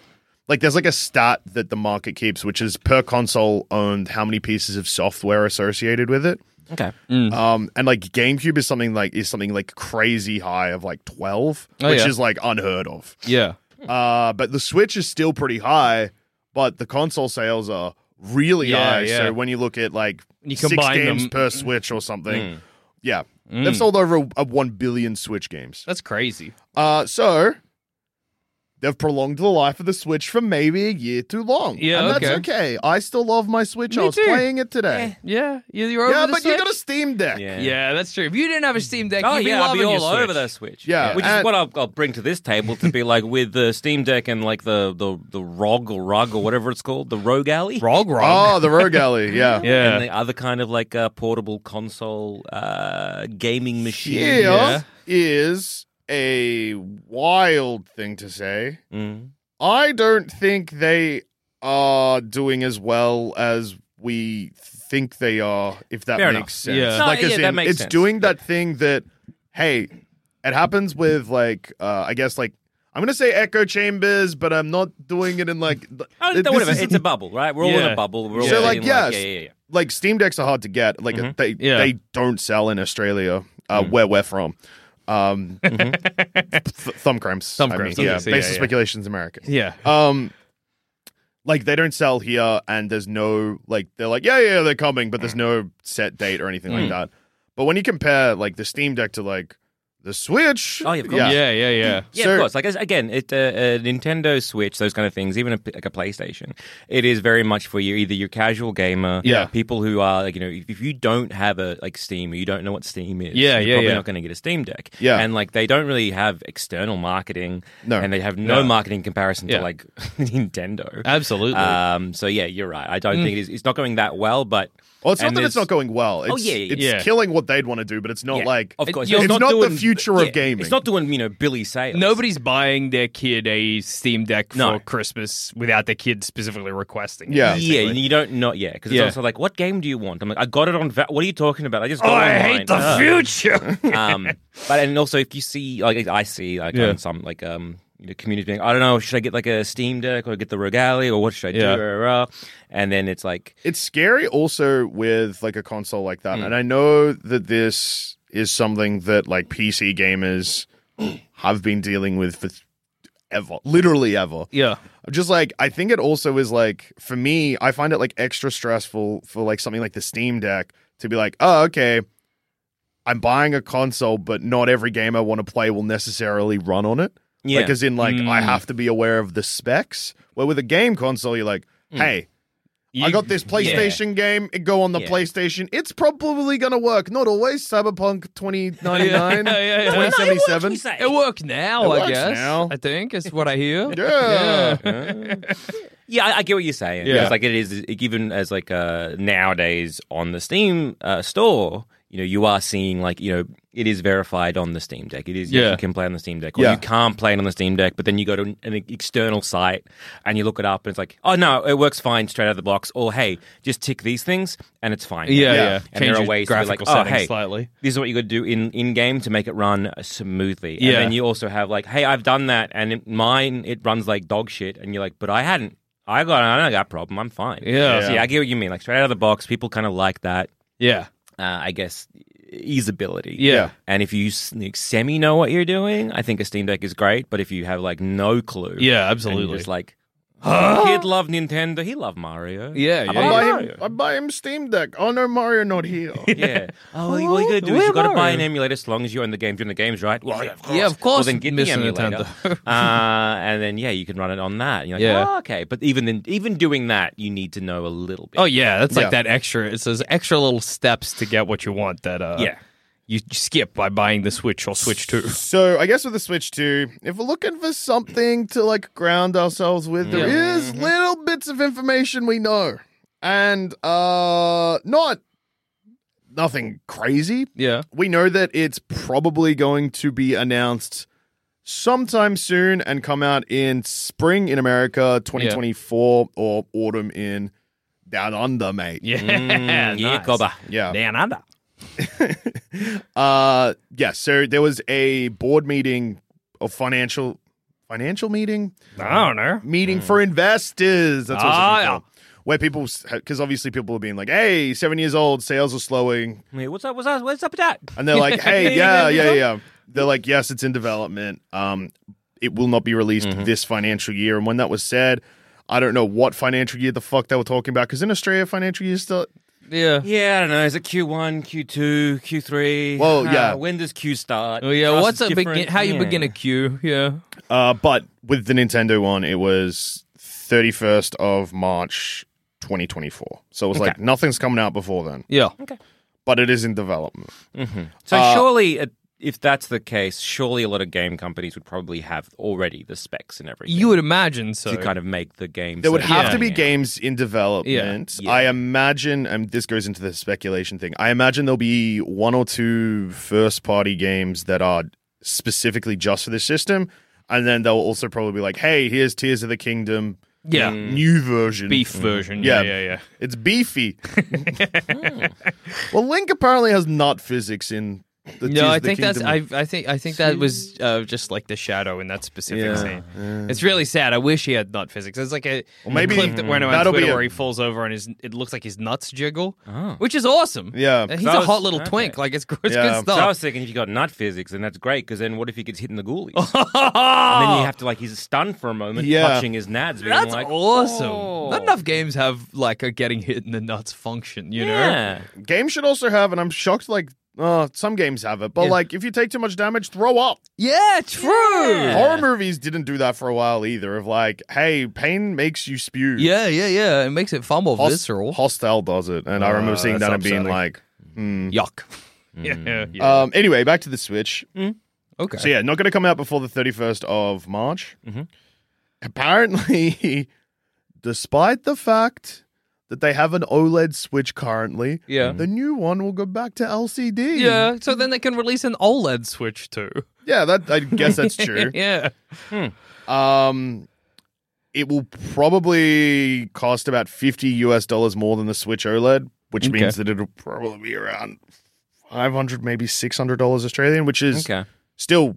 like there's like a stat that the market keeps, which is per console owned how many pieces of software associated with it.
Okay.
Mm.
Um, and like GameCube is something like is something like crazy high of like twelve,
Oh,
which
yeah.
is like unheard of.
Yeah.
Uh, but the Switch is still pretty high, but the console sales are really
Yeah,
high.
yeah.
So when you look at like
You
six
combine
games
them. Mm.
per Switch or something, yeah, they've sold over a, a one billion Switch games.
That's crazy.
Uh, so they've prolonged the life of the Switch for maybe a year too long.
Yeah,
and that's
okay.
okay. I still love my Switch. I
Me
was
too.
playing it today.
Yeah. You- You're over
Yeah,
the
but you
Switch?
got a Steam Deck.
Yeah.
Yeah, that's true. If you didn't have a Steam Deck,
Oh
you'd
yeah, I'll
be
be
loving
all
your Switch.
over the Switch.
Yeah.
which is
And-
what I'll, I'll bring to this table to be like with the Steam Deck and like the the the ROG or RUG or whatever it's called, the Rogue Alley.
Rog Rog.
Oh, the Rogue Alley. Yeah.
[LAUGHS] yeah.
and the other kind of like uh, portable console uh, gaming machine.
Here
Yeah.
is a wild thing to say.
Mm.
I don't think they are doing as well as we think they are, if that
Fair
makes
enough.
sense.
Yeah. No,
Like, as
yeah, that
in,
makes
it's
sense.
doing that thing that, hey, it happens with like, uh, I guess like, I'm going to say echo chambers, but I'm not doing it in like, th-
Oh,
this
whatever.
isn't-
It's a bubble, right? We're all in
Yeah.
a bubble. We're all
[LAUGHS] So, like,
in
yes.
yeah, yeah, yeah.
like Steam Decks are hard to get. Like they
Mm-hmm. Yeah. Mm-hmm.
they don't sell in Australia uh, where we're from. Um, [LAUGHS] th- thumb cramps.
Thumb
I
cramps,
mean, yeah,
obviously,
Basis
yeah, yeah.
speculation's American.
yeah.
Um, like they don't sell here, and there's no like they're like yeah yeah they're coming, but there's no set date or anything
Hmm.
like that. But when you compare like the Steam Deck to like the Switch,
Oh, yeah, of course.
yeah,
yeah, yeah, yeah.
Yeah,
So-
of course. Like as- again, it uh, a Nintendo Switch, those kind of things, even a, p- like a PlayStation, it is very much for you either your casual gamer,
Yeah.
people who are like you know if, if you don't have a like Steam or you don't know what Steam is,
Yeah,
you're
yeah,
probably
yeah.
not going to get a Steam Deck,
Yeah.
and like they don't really have external marketing,
No.
and they have no,
No.
marketing comparison
Yeah.
to like [LAUGHS] Nintendo,
Absolutely.
Um, so yeah, you're right. I don't think it is, it's not going that well, but
Mm. Well, it's not
and
that it's
there's-
not going well. It's,
Oh, yeah, yeah,
it's
yeah.
killing what they'd want to do, but it's not
yeah,
like
of course,
It's
it's not,
doing-
the future of
yeah,
gaming.
It's not doing you know Billy sales.
Nobody's buying their kid a Steam Deck for
No.
Christmas without their kid specifically requesting it.
Yeah.
Yeah, and you don't know. Yeah, because it's
Yeah.
also like, what game do you want? I'm like, I got it on. Va- what are you talking about? I just.
Oh,
got it
I
online.
hate the
Ugh.
future. [LAUGHS]
Um, but and also if you see, like I see, like
Yeah.
on some like um you know, community being, I don't know, should I get like a Steam Deck or get the Rogali or what should I
Yeah.
do? Rah, rah, rah. And then it's like,
it's scary also with like a console like
Hmm.
that and i know that this is something that like pc gamers have been dealing with for ever literally ever
yeah.
I'm just like i think it also is like for me i find it like extra stressful for like something like the steam deck to be like oh okay i'm buying a console but not every game i want to play will necessarily run on it
yeah,
like as in like i have to be aware of the specs where with a game console you're like hey I got this PlayStation game. It go on the
Yeah.
PlayStation. It's probably gonna work. Not always. Cyberpunk
[LAUGHS]
2099,
Yeah, yeah, yeah.
2077.
It worked now,
It
I
works
guess.
now.
I think is what I hear.
Yeah.
yeah, I, I get what you're saying.
Yeah.
Yeah, like it is even as like uh nowadays on the Steam uh, store. You know, you are seeing like you know it is verified on the Steam Deck. It is
Yeah.
you can play on the Steam Deck, or
Yeah.
you can't play it on the Steam Deck. But then you go to an, an external site and you look it up, and it's like, oh no, it works fine straight out of the box. Or hey, just tick these things and it's fine.
Yeah, yeah.
Yeah.
And there are
your
ways to be like,
graphical
oh,
settings
hey,
slightly.
this is what you got to do in in game to make it run smoothly.
Yeah.
And then you also have like, hey, I've done that, and it, mine it runs like dog shit, and you're like, but I hadn't. I got I don't got a problem. I'm fine.
Yeah.
So, yeah, I get what you mean. Like straight out of the box, people kind of like that.
Yeah.
Uh, I guess e-, easeability.
Yeah.
And if you s- like, semi know what you're doing, I think a Steam Deck is great. But if you have like no clue,
Yeah,
and
absolutely.
you're just
[GASPS]
like, kid love Nintendo. He loved Mario.
Yeah,
I
yeah,
love
I buy
yeah.
him.
Mario.
I buy him Steam Deck. Oh no, Mario not here.
Yeah. [LAUGHS] Oh, well, what you gotta do is
Where
you gotta buy
Mario?
an emulator as long as you own the games. You own the games, right? Well, yeah, of course.
Yeah, of course,
Well, then get the
Mr.
emulator. uh,
[LAUGHS]
and then yeah, you can run it on that. You're like,
Yeah.
oh, okay. But even then, even doing that, you need to know a little bit.
Oh yeah, that's
Yeah.
like that extra. It's those extra little steps to get what you want that uh,
Yeah.
you skip by buying the Switch or Switch Two.
so I guess with the Switch 2, if we're looking for something to like ground ourselves with, there is little bits of information we know, and uh, not nothing crazy,
Yeah,
we know that it's probably going to be announced sometime soon and come out in spring in America 2024 or autumn in down under,
[LAUGHS]
mate.
yeah,
Mm, yeah,
[LAUGHS] nice.
Gobba.
Yeah.
Down under.
Uh yeah, so there was a board meeting of financial financial meeting
I don't know.
meeting for investors. That's what it's
Ah,
called, where people because obviously people were being like, "Hey, seven years old, sales are slowing,"
Wait, what's up? What's up? What's up with that?
and
[LAUGHS]
they're like, "Hey, yeah, yeah, yeah." They're like, "Yes, it's in development. Um, it will not be released this financial year." And when that was said, I don't know what financial year the fuck they were talking about because in Australia, financial year still
Yeah.
Yeah, I don't know. Is it Q1, Q2, Q3?
Well, yeah.
Uh, When does Q start?
Oh yeah.
For us,
What's
it's
a begin?
different.
How you
Yeah.
begin a queue? Yeah.
Uh, but with the Nintendo one, it was 31st of March 2024. So it was like nothing's coming out before then,
Yeah.
but it is in development.
So surely, uh, if that's the case, surely a lot of game companies would probably have already the specs and everything.
You would imagine so.
to kind of make the game.
There would
so-
have
Yeah.
to be
Yeah.
games in development.
Yeah.
I imagine, and this goes into the speculation thing, I imagine there'll be one or two first party games that are specifically just for this system. And then they'll also probably be like, hey, here's Tears of the Kingdom,
yeah.
new version.
Beef version.
Mm. Yeah.
Yeah. Yeah. Yeah.
It's beefy. well, Link apparently has nut physics in the Tears
No, I
of the
think that's.
Kingdom.
I, I think. I think that was uh, just like the shadow in that specific
Yeah,
scene. It's really sad. I wish he had nut physics. It's like a
maybe
clip that went on
that'll be
Twitter
a-
where he falls over and his it looks like his nuts jiggle, which is awesome. Uh,
Yeah.
he's
Oh. That
a
was-
hot little
okay.
twink. Like it's, it's
Yeah.
good
So I
stuff.
was thinking, if you got nut physics, then that's great. Because then, what if he gets hit in the [LAUGHS] ghoulies? and then you have to like he's stunned for a moment,
Yeah.
clutching his nads. Being
That's
like,
awesome.
"Oh."
Not enough games have like a getting hit in the nuts function. You know.
Yeah.
Games should also have, and I'm shocked. Like, uh, some games have it, but
Yeah.
like, if you take too much damage, throw up.
Yeah. True.
Yeah.
Horror movies didn't do that for a while either. Of like, hey, pain makes you spew.
Yeah. Yeah. Yeah. It makes it far more
Hos-
visceral.
Hostile does it, and I remember
Uh,
seeing
that's
that and being
upsetting.
like, hmm.
Yuck. Yeah. Yeah.
Um. Anyway, back to the Switch.
okay.
So yeah, not going to come out before the 31st of March.
Mm-hmm.
Apparently, [LAUGHS] despite the fact that they have an OLED Switch currently,
Yeah.
the new one will go back to LCD.
Yeah, so then they can release an OLED Switch
[LAUGHS]
too.
yeah. That I guess
[LAUGHS]
that's true.
Yeah.
Um, it will probably cost about 50 US dollars more than the Switch OLED, which
Okay.
means that it'll probably be around 500, maybe 600 dollars Australian, which is
Okay.
still,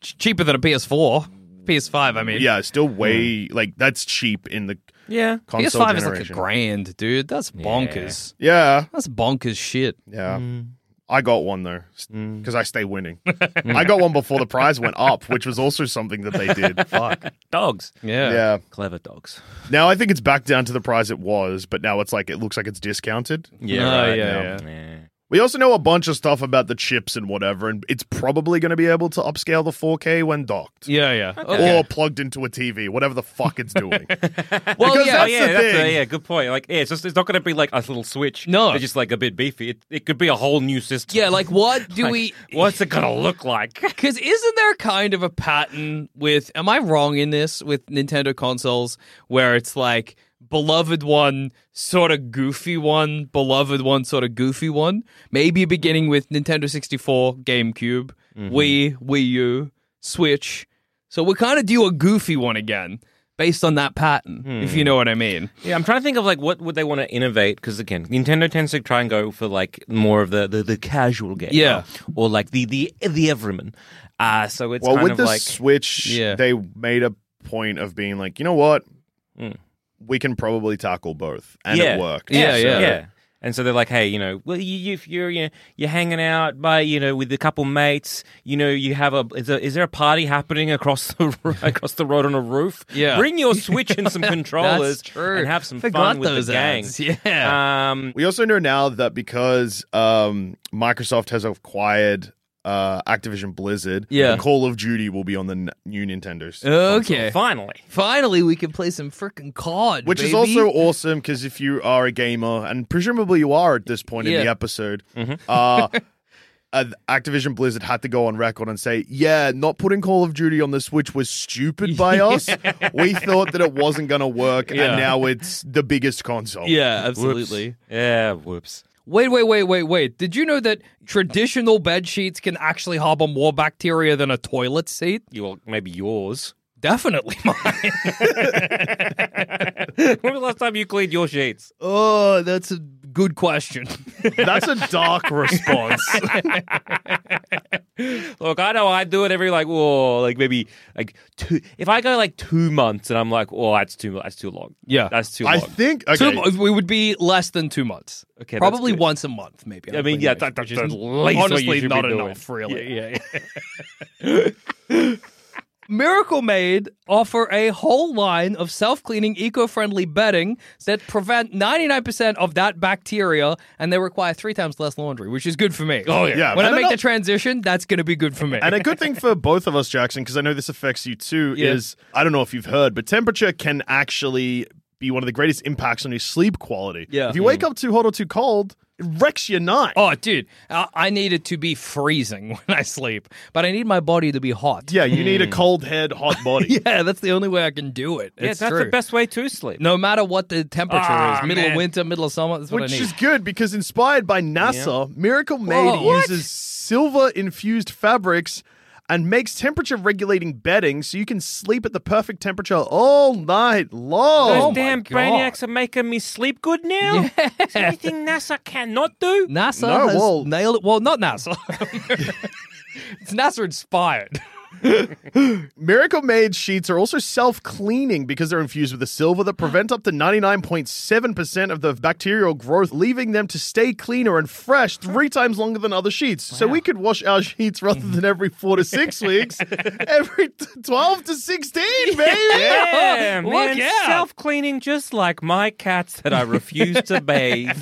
Ch- cheaper than a PS4. PS5, I mean.
yeah, still way
Hmm.
like that's cheap in the
Yeah.
console
PS5 is
generation.
like a grand, dude. That's bonkers.
Yeah,
That's bonkers shit.
yeah.
Mm.
I got one though
[LAUGHS]
because I stay winning. I got one before the prize went up, which was also something that they did.
[LAUGHS]
Fuck.
Dogs.
Yeah.
Yeah.
Clever dogs.
Now I think it's back down to the price it was, but now it's like it looks like it's discounted.
Oh,
right,
yeah,
yeah. Yeah.
We also know a bunch of stuff about the chips and whatever, and it's probably going to be able to upscale the 4K when docked.
Yeah, yeah.
Or plugged into a TV, whatever the fuck
[LAUGHS]
it's doing.
Well,
Because
yeah,
Oh
that's
yeah,
the
that's a,
thing.
yeah, good point. Like, yeah, it's just it's not going to be like a little switch.
No.
it's just like a bit beefy. It, it could be a whole new system.
Yeah, like what do
Like,
we
[LAUGHS] What's it going to look like?
Because isn't there kind of a pattern with? Am I wrong in this with Nintendo consoles where it's like beloved one, sort of goofy one, beloved one, sort of goofy one? Maybe beginning with Nintendo sixty four, GameCube,
Mm-hmm.
Wii, Wii U, Switch. So we're kind of due a goofy one again, based on that pattern, if
Hmm.
you know what I mean.
Yeah, I'm trying to think of like what would they want to innovate because again, Nintendo tends to try and go for like more of the the, the casual game,
Yeah.
or like the the the everyman. Uh so it's
well,
kind
with
of
the
like
Switch,
Yeah.
they made a point of being like, you know what? We can probably tackle both. And
Mm. yeah,
it worked.
yeah,
Yeah,
yeah,
yeah.
yeah. And so they're like, hey, you know, well, you, if you're you know, you're hanging out by you know with a couple mates, you know, you have a is, a, is there a party happening across the [LAUGHS] ro- across the road on a roof?
[LAUGHS] Yeah.
bring your Switch and some controllers
That's true.
and have some
Forgot
fun with
those
the gang.
ads. [LAUGHS] Yeah.
Um,
We also know now that because um, Microsoft has acquired uh, Activision Blizzard,
Yeah. Uh,
the Call of Duty will be on the n- new Nintendo.
Uh,
Switch.
okay.
finally,
Finally, we can play some freaking COD,
Which is
baby.
also awesome because if you are a gamer, and presumably you are at this point in the
Yeah. Mm-hmm.
episode,
[LAUGHS]
uh, uh, Activision Blizzard had to go on record and say, "Yeah, not putting Call of Duty on the Switch was
[LAUGHS]
stupid by us. We thought that it wasn't going to work,
Yeah.
and now it's the biggest console."
yeah, absolutely.
yeah, whoops.
Wait, wait, wait, wait, wait. Did you know that traditional bed sheets can actually harbor more bacteria than a toilet seat?
You well, maybe yours.
Definitely [LAUGHS] mine.
when was the last time you cleaned your sheets?
oh, that's a good question.
That's a
[LAUGHS]
dark response.
Look, I know I do it every like, whoa, like maybe like two. If I go like two months and I'm like, oh, that's too, that's too long.
Yeah.
that's too long.
I think okay.
Two mo- we would be less than two months.
Okay, that's
probably
good.
once a month, maybe.
I mean, yeah, that, that's
which
the
is
least what you
honestly
should be
not
doing.
enough, really.
Yeah, yeah, yeah.
[LAUGHS] Miracle Made offer a whole line of self-cleaning, eco-friendly bedding that prevent 99% of that bacteria, and they require three times less laundry, which is good for me. Oh
Yeah,
When I
and
make
enough-
the transition, that's going to be good for me.
And a good
[LAUGHS]
thing for both of us, Jackson, because I know this affects you too,
Yeah.
is I don't know if you've heard, but temperature can actually be one of the greatest impacts on your sleep quality.
Yeah. Mm.
If you wake up too hot or too cold, it wrecks your night.
Oh, dude, I, I need it to be freezing [LAUGHS] when I sleep, but I need my body to be hot.
Yeah, you need a cold head, hot
[LAUGHS]
body.
Mm. Yeah, that's the only way I can do it.
Yeah,
It's
that's
true.
the best way to sleep.
No matter what the temperature
Ah,
is, middle
man.
of winter, middle of summer, that's what
Which
I need.
is good because inspired by NASA, Miracle Made
Whoa. What?
uses silver infused fabrics and makes temperature regulating bedding so you can sleep at the perfect temperature all night long.
Those
Oh my
damn
God.
brainiacs are making me sleep good now. Is there anything NASA cannot
[LAUGHS]
do?
NASA
No,
has
well-
nailed it. Well,
[LAUGHS]
not NASA. [LAUGHS] it's NASA inspired. [LAUGHS]
Miracle Made sheets are also self cleaning because they're infused with a silver that prevent up to 99.7% of the bacterial growth, leaving them to stay cleaner and fresh three times longer than other sheets. So we could wash our sheets rather than every four to six weeks, every t- 12 to 16, baby.
Yeah,
Look
man,
out.
self cleaning just like my cats that I refuse
[LAUGHS]
to bathe.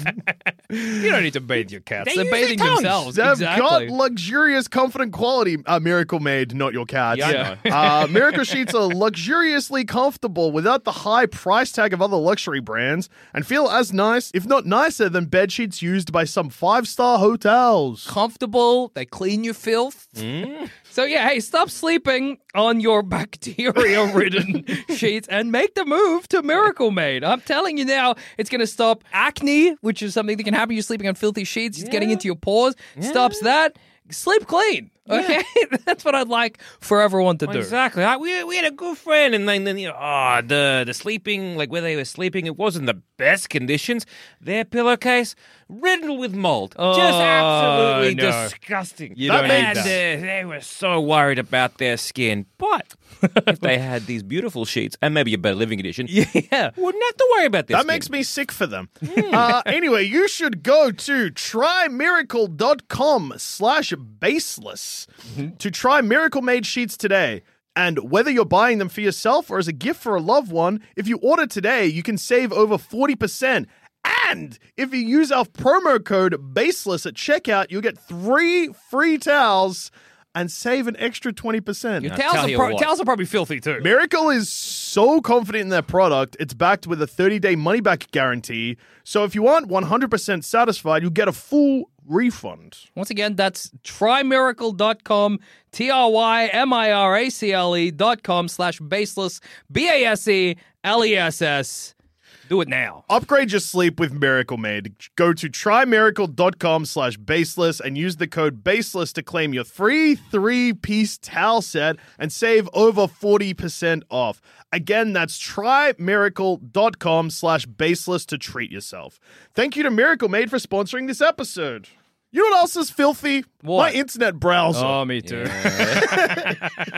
You don't need to bathe your cats.
They
They are
use their
bathing
tongues.
themselves.
They've
exactly.
got luxurious, confident quality. Uh, Miracle Made, not your cats.
Yeah,
uh, Miracle Sheets are luxuriously comfortable without the high price tag of other luxury brands and feel as nice, if not nicer, than bed sheets used by some five star hotels.
Comfortable. They clean your filth.
Mm.
[LAUGHS] So yeah, hey, stop sleeping on
[LAUGHS]
your [LAUGHS] bacteria-ridden sheets and make the move to Miracle Made. I'm telling you now, it's going to stop acne, which is something that can happen. You're sleeping on filthy sheets, it's getting into your pores. Stops that. Sleep clean. Okay, [LAUGHS] that's what I'd like for everyone to do.
Exactly. I, we, we had a good friend, and then, then you know, oh, the the sleeping, like where they were sleeping, it wasn't the best conditions. Their pillowcase riddled with mold, just
Oh,
absolutely
no.
disgusting.
You don't
Man,
need that.
They, they were so worried about their skin, but
[LAUGHS]
if they had these beautiful sheets and maybe a better living condition,
Yeah.
wouldn't have to worry about this.
That makes me sick for them. uh, anyway, you should go to trymiracle.com slash baseless to try Miracle Made Sheets today. And whether you're buying them for yourself or as a gift for a loved one, if you order today, you can save over 40%. And if you use our promo code BASELESS at checkout, you'll get three free towels and save an extra 20%.
Towels,
tell
are
you
pro-
what.
towels are probably filthy too.
Miracle is so confident in their product, it's backed with a 30 day money back guarantee. So if you aren't 100% satisfied, you'll get a full refund.
Once again, that's trymiracle.com, T R Y M I R A C L E dot com slash baseless, B A S E L E S S. Do it now.
Upgrade your sleep with Miracle Made. Go to trymiracle.com slash baseless and use the code baseless to claim your free three piece towel set and save over 40% off. Again, that's trymiracle.com slash baseless to treat yourself. Thank you to Miracle Made for sponsoring this episode. You know what else is filthy?
What?
My internet browser.
Oh, me too. [LAUGHS]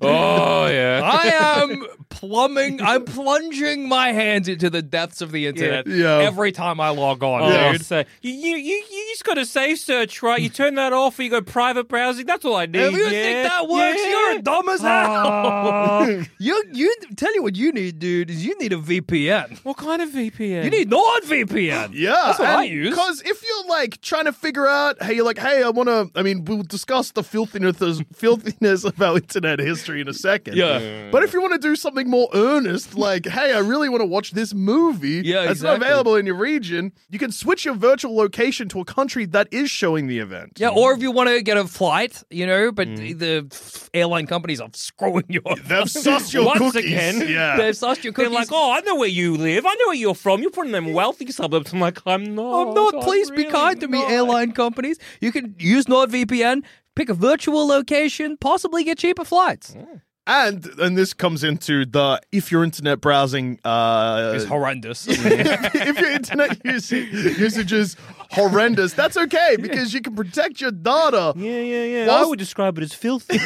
Oh yeah.
I am plumbing, I'm plunging my hands into the depths of the internet
Yeah.
every time I log on,
Oh,
dude.
so you, you you you just got to safe search, right? You turn that off, or you go private browsing. That's all I need.
If you
yeah.
think that works,
Yeah.
you're dumb as hell. [LAUGHS]
Oh.
you, you tell you what you need, dude, is you need a VPN.
what kind of VPN?
You need NordVPN.
Yeah,
That's what I use.
Because if you're like trying to figure out, hey, you're like, hey, I want to. I mean, we'll discuss the filthiness filthiness of our internet history in a second.
Yeah.
But if you want to do something more earnest, like, hey, I really want to watch this movie.
Yeah,
that's not
exactly.
available in your region. You can switch your virtual location to a country that is showing the event.
Yeah, or if you want to get a flight, you know, but the f- airline companies are screwing you off. [LAUGHS]
They've sussed your
Once
cookies.
again.
Yeah.
They've sauced your
They're like,
cookies.
oh, I know where you live. I know where you're from. You're from them wealthy suburbs. I'm like, "Oh, I'm not.
I'm not.
I'm
Please be
really
kind to me,
not."
airline companies. You can use NordVPN, pick a virtual location, possibly get cheaper flights.
And and this comes into the if your internet browsing uh
[LAUGHS]
It's horrendous.
if your internet usage, usage is horrendous, that's okay because you can protect your data.
Yeah, yeah, yeah. I
Whilst-
would describe it as [LAUGHS] filthy,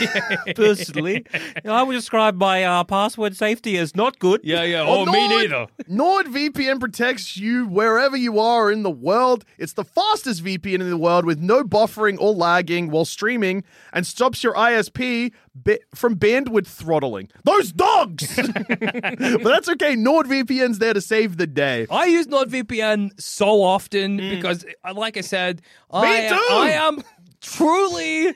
personally. I would describe my uh, password safety as not good.
yeah, yeah. Oh, me
Nord-
neither.
NordVPN protects you wherever you are in the world. It's the fastest VPN in the world with no buffering or lagging while streaming and stops your ISP bi- from bandwidth throttling. Those dogs! [LAUGHS] but that's okay. NordVPN's there to save the day.
I use NordVPN so often because, uh, like I said, I,
too!
I am truly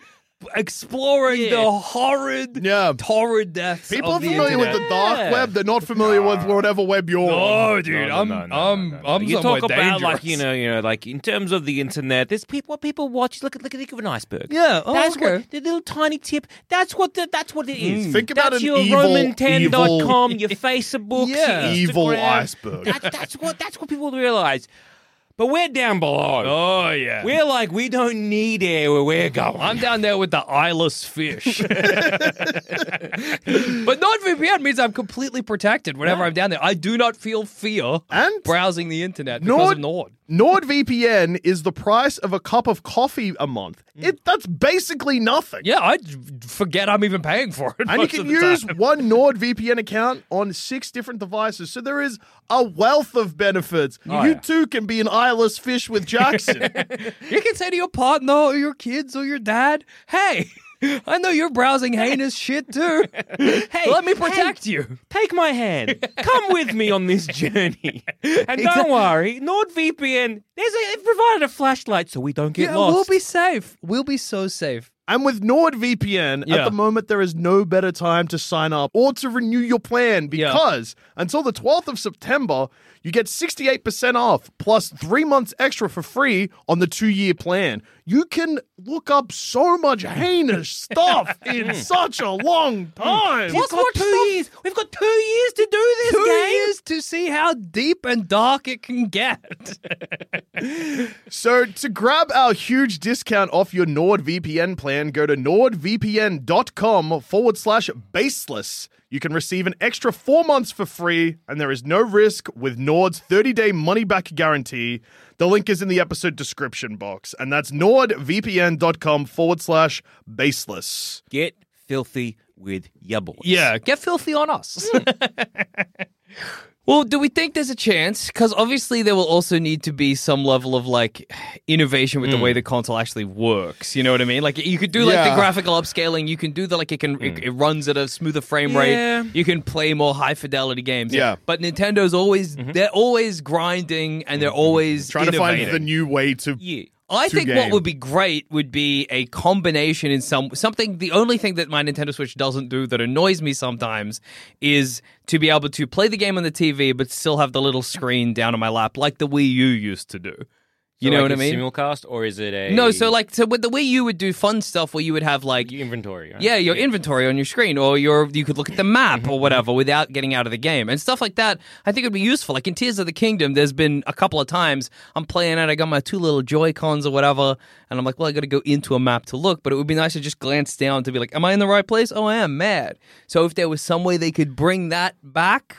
exploring the horrid,
Yeah.
torrid deaths.
People
of the
familiar with the
internet.
dark web, they're not familiar with whatever web you're on.
No, Oh, dude, I'm, I'm, I'm
you talk
somewhere
about
dangerous.
like you know, you know, like in terms of the internet, there's people. What people watch? Look at look at think of an iceberg.
Yeah, oh,
that's
okay. Hmm.
what the little tiny tip. That's what the, that's what it is.
Think about
that's
an
your
evil- [LAUGHS]
Roman10.com, your Facebook,
Yeah.
your
Evil
Instagram.
iceberg.
That, that's what that's what people realize. But we're down below.
Oh yeah,
We're like we don't need air where we're going.
I'm down there with the eyeless fish.
[LAUGHS]
[LAUGHS] but NordVPN means I'm completely protected whenever I'm down there. I do not feel fear
And-
browsing the internet because
Nord-
of Nord.
NordVPN is the price of a cup of coffee a month. It that's basically nothing.
Mm. Yeah, I d- forget I'm even paying for it.
And you
most
can
of the
use
time.
one NordVPN account on six different devices. So there is a wealth of benefits.
Oh,
you too can be an eyeless fish
[LAUGHS]
with Jackson.
You can say to your partner or your kids or your dad, "Hey, I know you're browsing heinous shit too. hey, let me protect you."
Take my hand. Come with me on this
[LAUGHS]
journey. And don't worry, NordVPN, there's a, it provided a flashlight so we don't get
Yeah, we'll
lost.
be safe. We'll be so safe.
and with NordVPN, at
Yeah.
the moment, there is no better time to sign up or to renew your plan
Yeah.
because until the 12th of September, you get 68% off plus three months extra for free on the two year plan. You can look up so
[LAUGHS]
much heinous stuff in such a long time.
We've got two years. We've got two years to do this
Two
game.
years to see how deep and dark it can get.
So to grab our huge discount off your NordVPN plan, go to nordvpn.com forward slash baseless. You can receive an extra four months for free, and there is no risk with Nord's 30 day money back guarantee. The link is in the episode description box, and that's nordvpn.com forward slash baseless.
Get filthy with your boys.
Yeah, get filthy on us.
Hmm.
[LAUGHS] well, do we think there's a chance? Because obviously, there will also need to be some level of like innovation with the way the console actually works. You know what I mean? Like you could do like
Hmm. Yeah. Hmm.
the graphical upscaling. You can do the like it can it, it runs at a smoother frame
Yeah.
rate. You can play more high fidelity games.
Yeah. Mm-hmm.
but Nintendo's always they're always grinding and they're always
Trying to find
innovating.
the new way to.
Yeah.
I
to
think
game.
what would be great would be a combination in some something. The only thing that my Nintendo Switch doesn't do that annoys me sometimes is to be able to play the game on the TV but still have the little screen down on my lap like the Wii U used to do. You know what I mean?
Simulcast or is it a
no, so like so with the Wii U would do fun stuff where you would have like
inventory? Right?
yeah, your inventory on your screen, or your you could look at the
Mm-hmm.
map or whatever without getting out of the game and stuff like that. I think it'd be useful. Like in Tears of the Kingdom, there's been a couple of times I'm playing and I got my two little Joy Cons or whatever, and I'm like, well, I got to go into a map to look, but it would be nice to just glance down to be like, am I in the right place? Oh, I am mad. So if there was some way they could bring that back,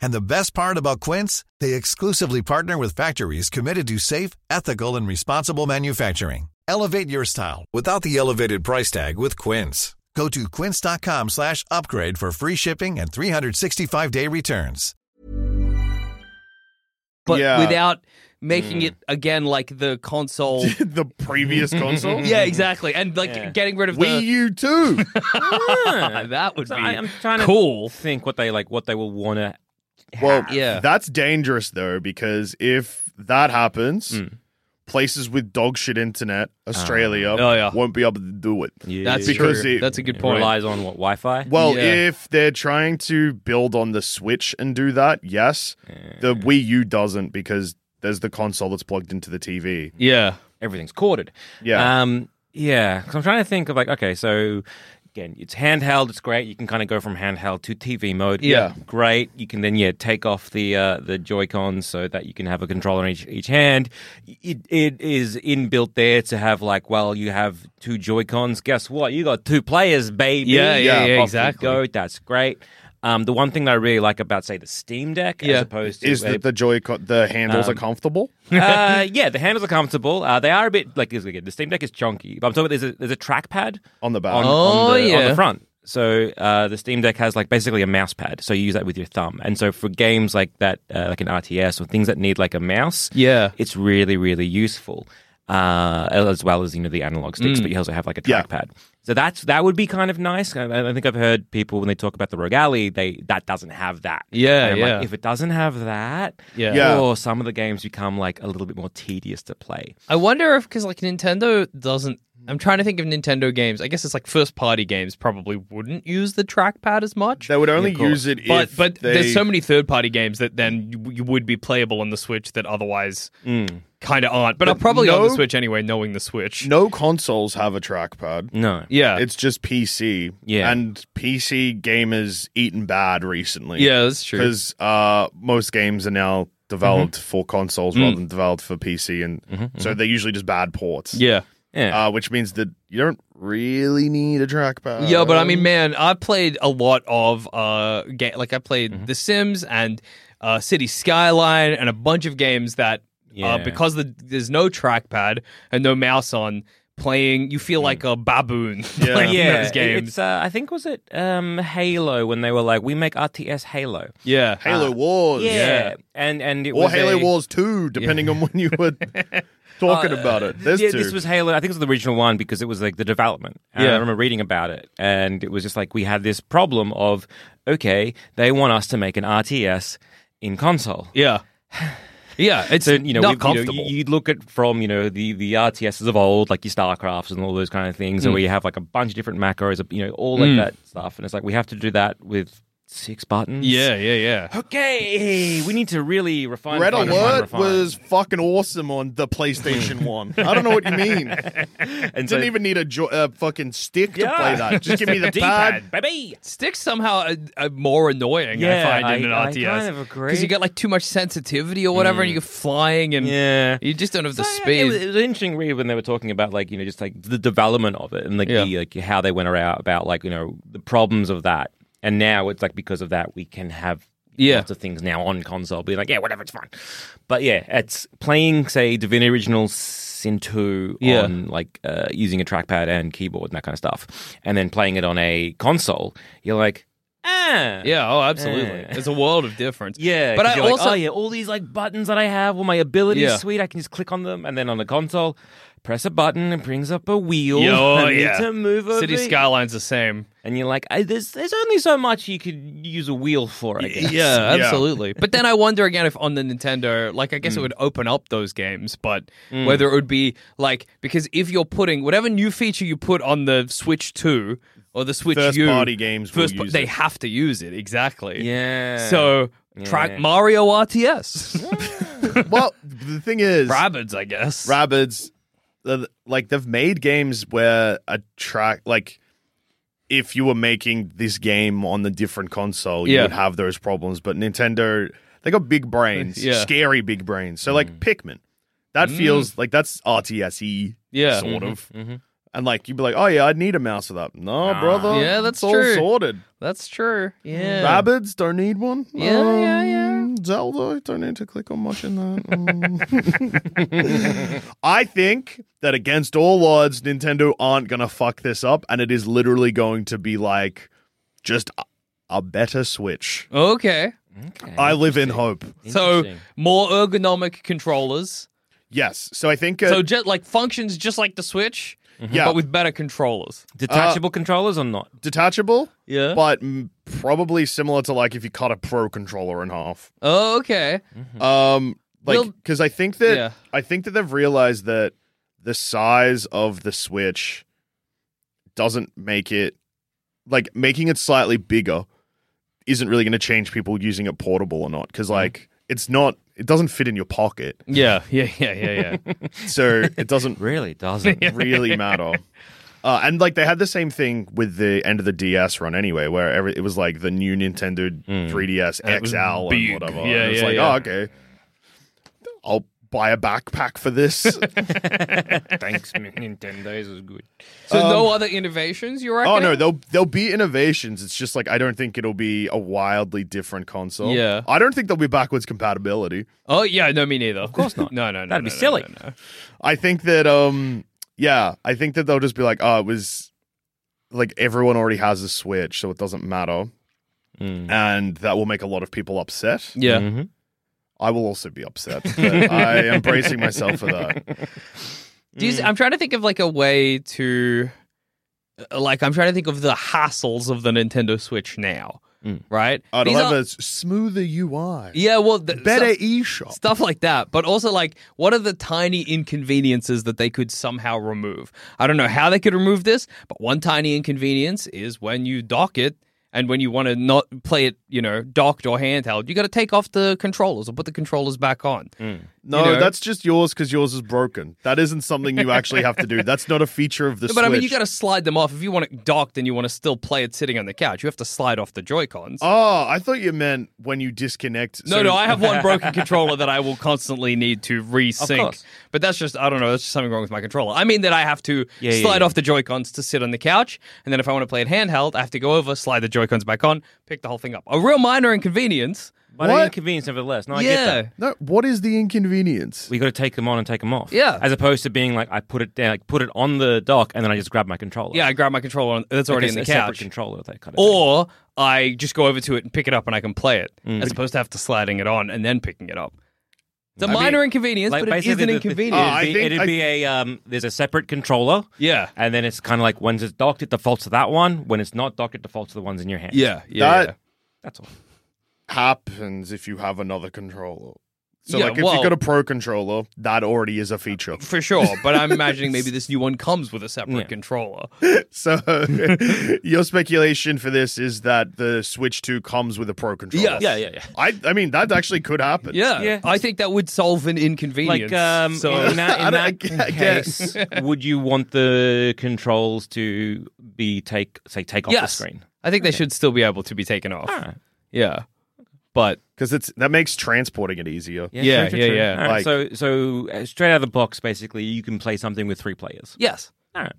And the best part about Quince, they exclusively partner with factories committed to safe, ethical, and responsible manufacturing. Elevate your style without the elevated price tag with Quince. Go to quince.com slash upgrade for free shipping and 365-day returns.
but
Yeah. Mm.
without making it again like the
[LAUGHS]
console.
[LAUGHS]
[LAUGHS]
the previous console.
yeah, exactly. And like
Yeah.
getting rid of
Wii [LAUGHS]
the. [LAUGHS]
U too.
Ah.
that would be
So I, am trying to
cool.
think what they like, what they will want to.
well,
Yeah.
that's dangerous though because if that happens,
Hmm.
places with dog shit internet, Australia,
Oh, yeah.
won't be able to do it.
That's
Because
true.
it-
That's a good
It
point.
relies on what Wi-Fi.
Well,
Yeah.
if they're trying to build on the Switch and do that, yes. The Wii U doesn't because there's the console that's plugged into the TV.
yeah.
everything's corded.
Ah.
Yeah.
Um, yeah. Because I'm trying to think of like, okay, so again, it's handheld. It's great. You can kind of go from handheld to TV mode.
Yeah.
Great. You can then yeah take off the uh, the Joy Cons so that you can have a controller in each each hand. It it is inbuilt there to have like, well, you have two Joy Cons. Guess what? You got two players, baby.
Yeah, yeah, yeah,
Off you
exactly.
Go. That's great. Um, the one thing that I really like about, say, the Steam Deck,
Yeah.
as opposed to
Is
a-
that the Joy
Um,
the handles are comfortable?
uh, yeah, the handles are comfortable. Uh, they are a bit like this again. The Steam Deck is chunky, but I'm talking about there's a there's a trackpad
On the back.
on,
Oh,
on, the, on
yeah.
the front. So uh, the Steam Deck has like basically a mouse pad, so you use that with your thumb. And so for games like that, uh, like an RTS or things that need like a mouse,
Yeah.
it's really really useful. Uh, as well as you know the analog sticks,
Mm.
but you also have like a
Yeah.
trackpad. So that's that would be kind of nice. I, I think I've heard people when they talk about the Rogue Alley, they that doesn't have that.
Yeah,
And I'm
yeah.
Like, if it doesn't have that,
Yeah.
Yeah.
or some of the games become like a little bit more tedious to play.
I wonder if because like Nintendo doesn't.
Hmm.
I'm trying to think of Nintendo games. I guess it's like first party games probably wouldn't use the trackpad as much.
They would only use it
but
if
but
they,
there's so many third party games that then you, you would be playable on the Switch that otherwise kind of aren't. But,
Hmm. But
are probably on the
no-
Switch anyway, knowing the Switch.
no consoles have a trackpad.
No.
yeah,
It's just PC.
Yeah.
And PC gamers eaten bad recently.
yeah, that's true. Mm-hmm.
Because uh, most games are now developed for
Mm.
consoles rather than developed for PC. And so they're usually just bad ports.
Yeah.
Yeah.
Uh, which means that you don't really need a trackpad.
Yeah, but I
Um,
mean, man, I played a lot of uh, ga- like I played
Mm-hmm.
The Sims and uh, City Skyline and a bunch of games that
Yeah.
uh, because the, there's no trackpad and no mouse on playing, you feel like a baboon [LAUGHS] playing
Mm. yeah,
those
it-
games.
It's, uh, I think was it um, Halo when they were like, we make RTS Halo.
yeah,
Halo Wars.
and and it
Or
was
Halo
a-
Wars 2, depending on when you were
[LAUGHS] Uh,
talking about it. There's
yeah,
two.
this was Halo. I think it was the original one because it was like the development. And
Yeah.
I remember reading about it, and it was just like we had this problem of okay, they want us to make an RTS in console.
yeah,
[SIGHS]
yeah. It's
So you know,
not
we- you know,
comfortable.
you- you'd look at from you know the the RTSs of old, like your Starcrafts and all those kind of things, and
Mm.
where you have like a bunch of different macros, you know, all like that stuff. And it's like we have to do that with six buttons.
yeah,
[GASPS]
yeah, yeah.
Okay, we need to really refine.
Red
refine, refine,
Alert
refine.
was fucking awesome on
[LAUGHS]
the PlayStation 1. I don't know what you mean.
and
Didn't even need a jo- uh, fucking stick to play
Yeah.
that.
[LAUGHS]
Just give me the
[LAUGHS]
pad.
D-pad, baby.
Sticks somehow are, are more annoying. I
Yeah,
find in an
I- I
RTS
kind of agree. Mm.
because you got like too much sensitivity or whatever, and you're flying and
Yeah.
you just don't have the
So, yeah,
speed.
It was, it was interesting read when they were talking about like you know just like the development of it and like,
Yeah.
the, like how they went around about like you know the problems of that. And now it's like because of that we can have
Yeah.
lots of things now on console. Be like yeah, whatever, it's fine. But yeah, it's playing say Divinity Original Sin two
Yeah.
on like uh, using a trackpad and keyboard and that kind of stuff, and then playing it on a console. You're like ah
[LAUGHS] Yeah, oh, absolutely.
Yeah.
It's a world of difference.
Eh. Yeah,
but
'cause
I
you're like,
also
oh yeah, all these like buttons that I have, all my abilities,
Yeah.
sweet. I can just click on them, and then on the console, press a button, it brings up a wheel.
Yeah, oh,
[LAUGHS] I need
yeah.
to move over.
City
here.
Skyline's the same.
and you're like, I, there's there's only so much you could use a wheel for. I guess.
Yeah, Mm.
Yeah.
absolutely. but then I wonder again if on the Nintendo, like I guess it would open up those games, but
Mm.
whether it would be like because if you're putting whatever new feature you put on the Switch 2 or the Switch
First
U,
party games will
pa-
use
they
it.
have to use it exactly.
yeah.
So track
Yeah.
Mario
[LAUGHS]
RTS,
well, the thing is,
Rabbids, I guess.
Rabbids, the- like they've made games where a track, like if you were making this game on the different console, you
Yeah.
would have those problems. But Nintendo, they got big brains,
Yeah. Mm.
scary big brains. So like Pikmin, that feels like that's RTS
Yeah.
E, sort of. And like you'd be like, oh yeah, I'd need a mouse for that. No, brother.
Yeah, that's
it's all
true.
sorted.
That's true. Yeah.
Rabbids don't need one. Um,
Yeah, yeah, yeah.
Zelda don't need to click on much in that. Mm. [LAUGHS] I think that against all odds, Nintendo aren't gonna fuck this up, and it is literally going to be like just a, a better Switch.
Okay.
I live in hope.
So
Interesting.
more ergonomic controllers.
Yes. So I think. Uh,
So just like functions just like the Switch,
yeah.
but with better controllers. uh,
Detachable controllers or not?
detachable.
Yeah.
But mm, probably similar to like if you cut a pro controller in half.
Oh, okay.
Um, like
Well-
because I think that
Yeah.
I think that they've realized that the size of the Switch doesn't make it like making it slightly bigger isn't really going to change people using it portable or not
Mm-hmm.
because like it's not it doesn't fit in your pocket
Yeah, [LAUGHS] yeah, yeah, yeah, yeah.
[LAUGHS] so it doesn't
Really doesn't.
really matter. Uh, and like they had the same thing with the end of the DS run anyway, where every, it was like the new Nintendo 3DS
Hmm. And it was
XL
big.
and whatever.
Yeah,
and it's
yeah,
like,
yeah.
oh okay, I'll buy a backpack
[LAUGHS]
for this.
Thanks, Nintendo's is good.
[LAUGHS] so no other innovations, you reckon?
oh no, there'll there'll be innovations. It's just like I don't think it'll be a wildly different console.
Yeah.
I don't think there'll be backwards compatibility.
Oh yeah, no, me neither. Of
course not.
[LAUGHS] no, no, no.
That'd
no,
be
no,
silly.
no, no.
I think that um yeah, I think that they'll just be like, oh, it was like everyone already has a Switch, so it doesn't matter. And that will make a lot of people upset.
Mm. Yeah.
I will also
[LAUGHS]
be upset. but I am bracing myself for that.
Do you, s- I'm trying to think of like a way to, uh, like, I'm trying to think of the hassles of the Nintendo Switch now, right?
I'd
These
love
are-
a s- smoother UI.
Yeah, well, th-
Better
stuff,
eShop.
stuff like that, but also like, what are the tiny inconveniences that they could somehow remove? I don't know how they could remove this, but one tiny inconvenience is when you dock it. And when you want to not play it, you know, docked or handheld, you got to take off the controllers or put the controllers back on.
No,
you know.
that's just yours because yours is broken. That isn't something you actually have to do. That's not a feature of
[LAUGHS]
the
But
Switch.
I mean, you got to slide them off if you want it docked and you want to still play it sitting on the couch. You have to slide off the Joy Cons.
Oh, I thought you meant when you disconnect.
no,
so-
no, I
[LAUGHS]
have one broken controller that I will constantly need to
Of
resync.
course.
But that's just I don't know. That's just something wrong with my controller. I mean that I have to
Yeah, yeah,
slide
yeah.
off the Joy Cons to sit on the couch, and then if I want to play it handheld, I have to go over, slide the Joy Cons back on, pick the whole thing up. A real minor inconvenience.
But
What?
an inconvenience, nevertheless. No, I get
yeah.
that.
No, what is the inconvenience?
We got to take them on and take them off.
Yeah.
As opposed to being like, I put it down, like put it on the dock, and then I just grab my controller.
Yeah, I grab my controller on, that's already
Like a-
in the
a separate
couch.
controller. That kind of thing.
or I just go over to it and pick it up and I can play it,
Mm.
as opposed to have to sliding it on and then picking it up. It's a minor inconvenience,
Like,
but it is
basically
an
the- the-
inconvenience.
Oh, I
it'd be,
think-
it'd
I-
be a um, there's a separate controller.
yeah,
And then it's kind of like when it's docked, it defaults to that one. When it's not docked, it defaults to the ones in your hand.
yeah, yeah.
That-
yeah.
that's all.
Happens if you have another controller. So,
Yeah,
like, if
well-
you got a pro controller, that already is a feature.
for sure. But
[LAUGHS]
I'm imagining maybe this new one comes with a separate
Yeah.
controller.
[LAUGHS] So, [LAUGHS] your speculation for this is that the Switch 2 comes with a pro controller.
Yes.
Yeah, yeah, yeah.
I, I mean, that actually could happen.
Yeah,
Yeah.
I think that would solve an inconvenience.
Like um,
so,
in that,
[LAUGHS]
in
I don't- I
that
gu- I
case, would you want the controls to be take say take off the
yes,
screen?
I think they should still be able to be taken off.
Alright.
Yeah, but
Because it's that makes transporting it easier.
Yeah, yeah, yeah.
All right,
Like-
so, so uh, straight out of the box, basically, you can play something with three players.
yes.
All right.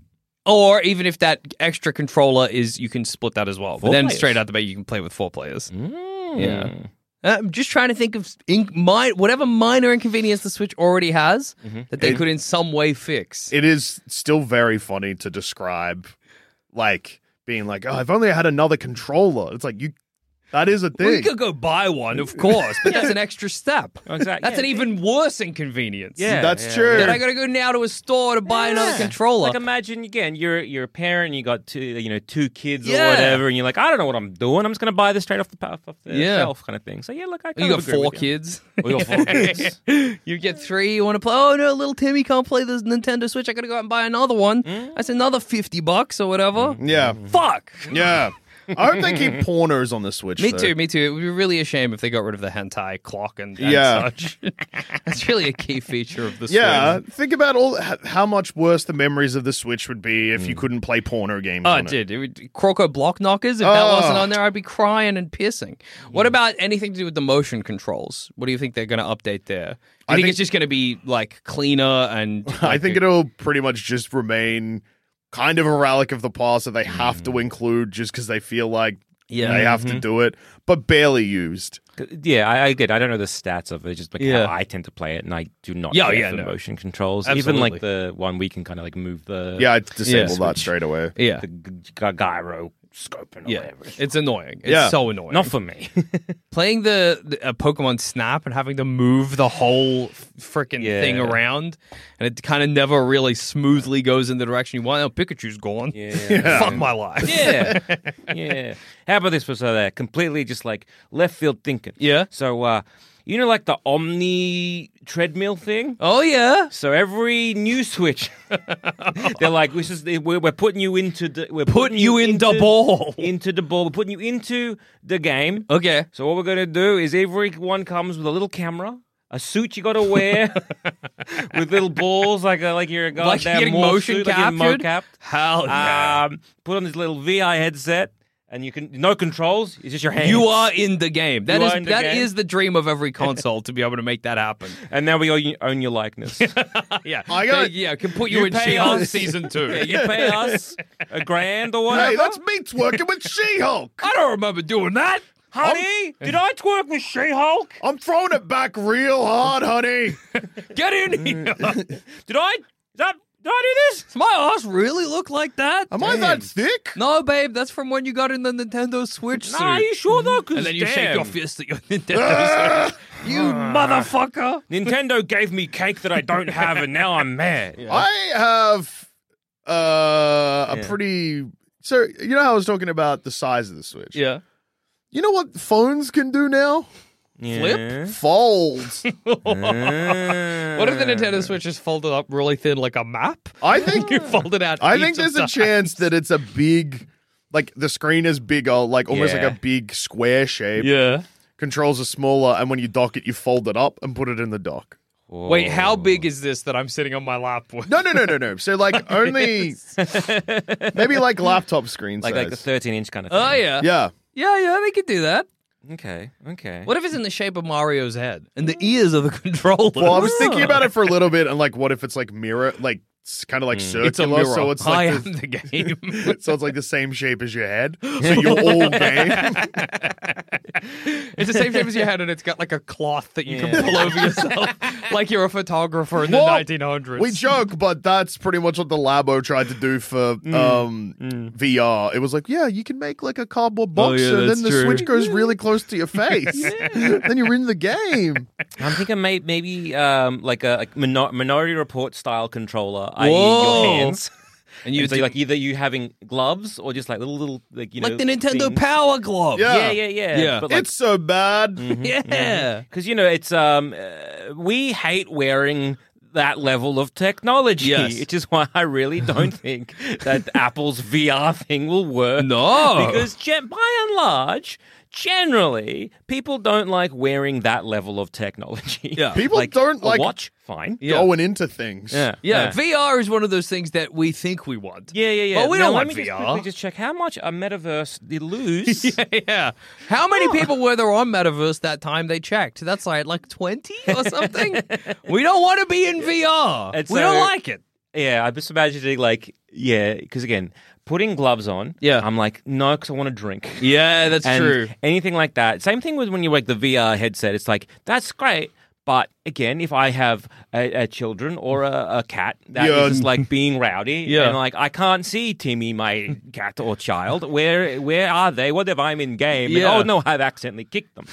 Or even if that extra controller is, you can split that as well.
Four
but then
players. Mm.
straight out the bat, you can play with four players. Yeah. I'm just trying to think of in, my, whatever minor inconvenience the Switch already has
Mm-hmm.
that they could in some way fix.
It is still very funny to describe, like, being like, oh, if only I had another controller. It's like, you, that is a
Well, you
thing.
could go buy one, of course, but that's an extra step.
Oh, exactly.
That's an
Yeah.
even worse inconvenience.
Yeah,
That's
yeah,
true.
Then I gotta go now to a store to buy another controller.
Like imagine again, you're you're a parent, you got two you know two kids
Yeah.
or whatever, and you're like, I don't know what I'm doing. I'm just gonna buy this straight off the off the
Yeah.
shelf, kind of thing. So yeah, look, I
you
kind
got
of agree
four
with you.
kids.
We [LAUGHS] got four kids.
you get three. You want to play? Oh no, little Timmy can't play this Nintendo Switch. I gotta go out and buy another one.
Mm.
That's another fifty bucks or whatever. [LAUGHS]
yeah.
Fuck.
Mm-hmm. Yeah. I hope they keep pornos on the Switch.
Me
though.
too. Me too. It would be really a shame if they got rid of the hentai clock and, and
Yeah.
such. [LAUGHS] That's really a key feature of the Switch.
Yeah, think about all h- how much worse the memories of the Switch would be if you couldn't play porno games.
Mm. Oh,
on it.
dude, it would, Croco block knockers. If that wasn't
Oh.
on there, I'd be crying and pissing. What about anything to do with the motion controls? What do you think they're going to update there? Do you think,
think-
it's just going to be like cleaner and?
I think it'll pretty much just remain kind of a relic of the past that they have to include just because they feel like
Mm. Yeah. mm-hmm.
they have to do it, but barely used.
Yeah, I, I get. I don't know the stats of it. It's just like
Yeah.
how I tend to play it, and I do not.
Yeah,
care
yeah,
for
no.
motion controls. Even
Absolutely.
like the one we can kind of like move the
Yeah, I disabled
Yeah.
that straight away.
yeah.
the g- g- gyro scoping or
Yeah,
whatever.
it's annoying. It's
Yeah.
so annoying.
Not for
[LAUGHS]
me.
playing the, the uh, Pokemon Snap and having to move the whole freaking
Yeah.
thing around, and it kind of never really smoothly goes in the direction you want. Oh, Pikachu's gone. [LAUGHS] Fuck my
[LAUGHS]
life.
Yeah. yeah. How about this was uh, there? Completely just like left field thinking.
[LAUGHS] Yeah.
So, uh, you know, like the Omni treadmill thing?
Oh yeah.
So every new switch, [LAUGHS] they're like, "This is we're, we're putting you into the we're
Putting you in the ball.
into the ball. We're putting you into the game."
Okay.
So what we're gonna do is everyone comes with a little camera, a suit you gotta
[LAUGHS]
wear, with little balls like a, like you're a goddamn
Like you're getting
morph
motion
suit, like you're
captured?
mo-capped.
Hell yeah.
Um, put on this little VI headset, and you can no controls. It's just your hands.
You are in the game. That
You
is
are in the
that
game.
is the dream of every console to be able to make that happen.
and now we own, own your likeness.
[LAUGHS] yeah,
I got-
They- yeah. Can put you,
You
in
pay
She-Hulk
us.
[LAUGHS] season
Yeah,
two.
you pay us a grand or whatever.
uh-huh.
Hey, that's me
[LAUGHS]
twerking with She-Hulk.
I don't remember doing that.
Honey, did I twerk with She-Hulk?
Oh.
I'm throwing it back real
[LAUGHS]
hard, honey.
Get in here. [LAUGHS] Does
Did I? Did I, did I do this?
my ass really look like that?
Am I that thick?
No, babe, that's from when you got in the Nintendo Switch suit.
Nah, are you sure though? 'Cause
and then you shake
damn,
your fist at your
Ah.
Nintendo Switch. You motherfucker.
Nintendo gave me cake that I don't have, and now I'm mad.
[LAUGHS]
I have uh, a
Yeah.
pretty. So you know how I was talking about the size of the Switch.
Yeah.
You know what phones can do now?
Flip?
Folds.
[LAUGHS]
What if the Nintendo Switch is folded up really thin like a map? [LAUGHS]
I think.
You fold it out.
I
heaps
think
of
there's a
times.
chance that it's a big, like the screen is bigger, like almost
Yeah.
like a big square shape.
Yeah.
Controls are smaller, and when you dock it, you fold it up and put it in the dock.
Wait,
Oh.
how big is this that I'm sitting on my lap with?
No, no, no, no, no.
[LAUGHS]
So like only maybe like laptop screen
Like like the
size.
13 inch kind of. thing.
Oh, yeah.
yeah.
Yeah, yeah, they could do that.
Okay. Okay.
What if it's in the shape of Mario's head and the ears of the [LAUGHS] controller?
Well, I was
[LAUGHS]
thinking about it for a little bit, and like, what if it's like mirror, like kind
Mm.
of like circular,
It's a Oh, mirror.
so it's
I
like
am
the,
the game.
[LAUGHS] so it's like the same shape as your
[LAUGHS]
head, so you're all game.
It's the same shape as your head, and it's got like a cloth that you
Yeah.
can pull over yourself,
[LAUGHS]
like you're a photographer in
Well,
the 1900s.
We joke, but that's pretty much what the Labo tried to do for
Mm,
um, VR. It was like, yeah, you can make like a cardboard box,
Oh, yeah,
and
that's
then
true.
the switch goes really close
[LAUGHS]
to your face. [LAUGHS] then you're in the game.
I'm thinking may- maybe um, like a like minor- Minority Report style controller, i.e.
Whoa.
your [LAUGHS] hands.
and
You
you
so
do-
like either you having gloves or just like little little like you know
like the Nintendo
things.
Power Glove.
Yeah.
Yeah, yeah, yeah.
Yeah.
But like,
it's so
[LAUGHS]
bad.
yeah.
Because you know, it's um, uh, we hate wearing that level of technology,
Yes.
which is why I
[LAUGHS]
really don't think that Apple's VR thing will work.
No.
because gen- by and large. Generally, people don't like wearing that level of technology.
[LAUGHS] Yeah.
People don't
a
like-
watch. Fine.
Yeah.
Going into things.
Yeah, VR is one of those things that we think we want.
Yeah, yeah, yeah.
But we
Now,
don't
let
want
me Just,
VR.
quickly just check how much a metaverse they lose.
[LAUGHS] yeah. How many people were there on Metaverse that time they checked? That's like like 20 or
[LAUGHS]
something. we don't want to be in VR.
It's
we don't
so-
like it.
Yeah, I just imagining like yeah, because again, putting gloves on.
Yeah.
I'm like no, because I want to drink.
Yeah, that's
and anything like that. Same thing with when you like the VR headset. It's like that's great, but again, if I have a, a children or a, a cat that is
Yeah.
just like being rowdy,
[LAUGHS] Yeah.
and like I can't see Timmy, my cat or child. Where where are they? What if I'm in game? And,
Yeah.
oh no, I've accidentally kicked
[LAUGHS]
them.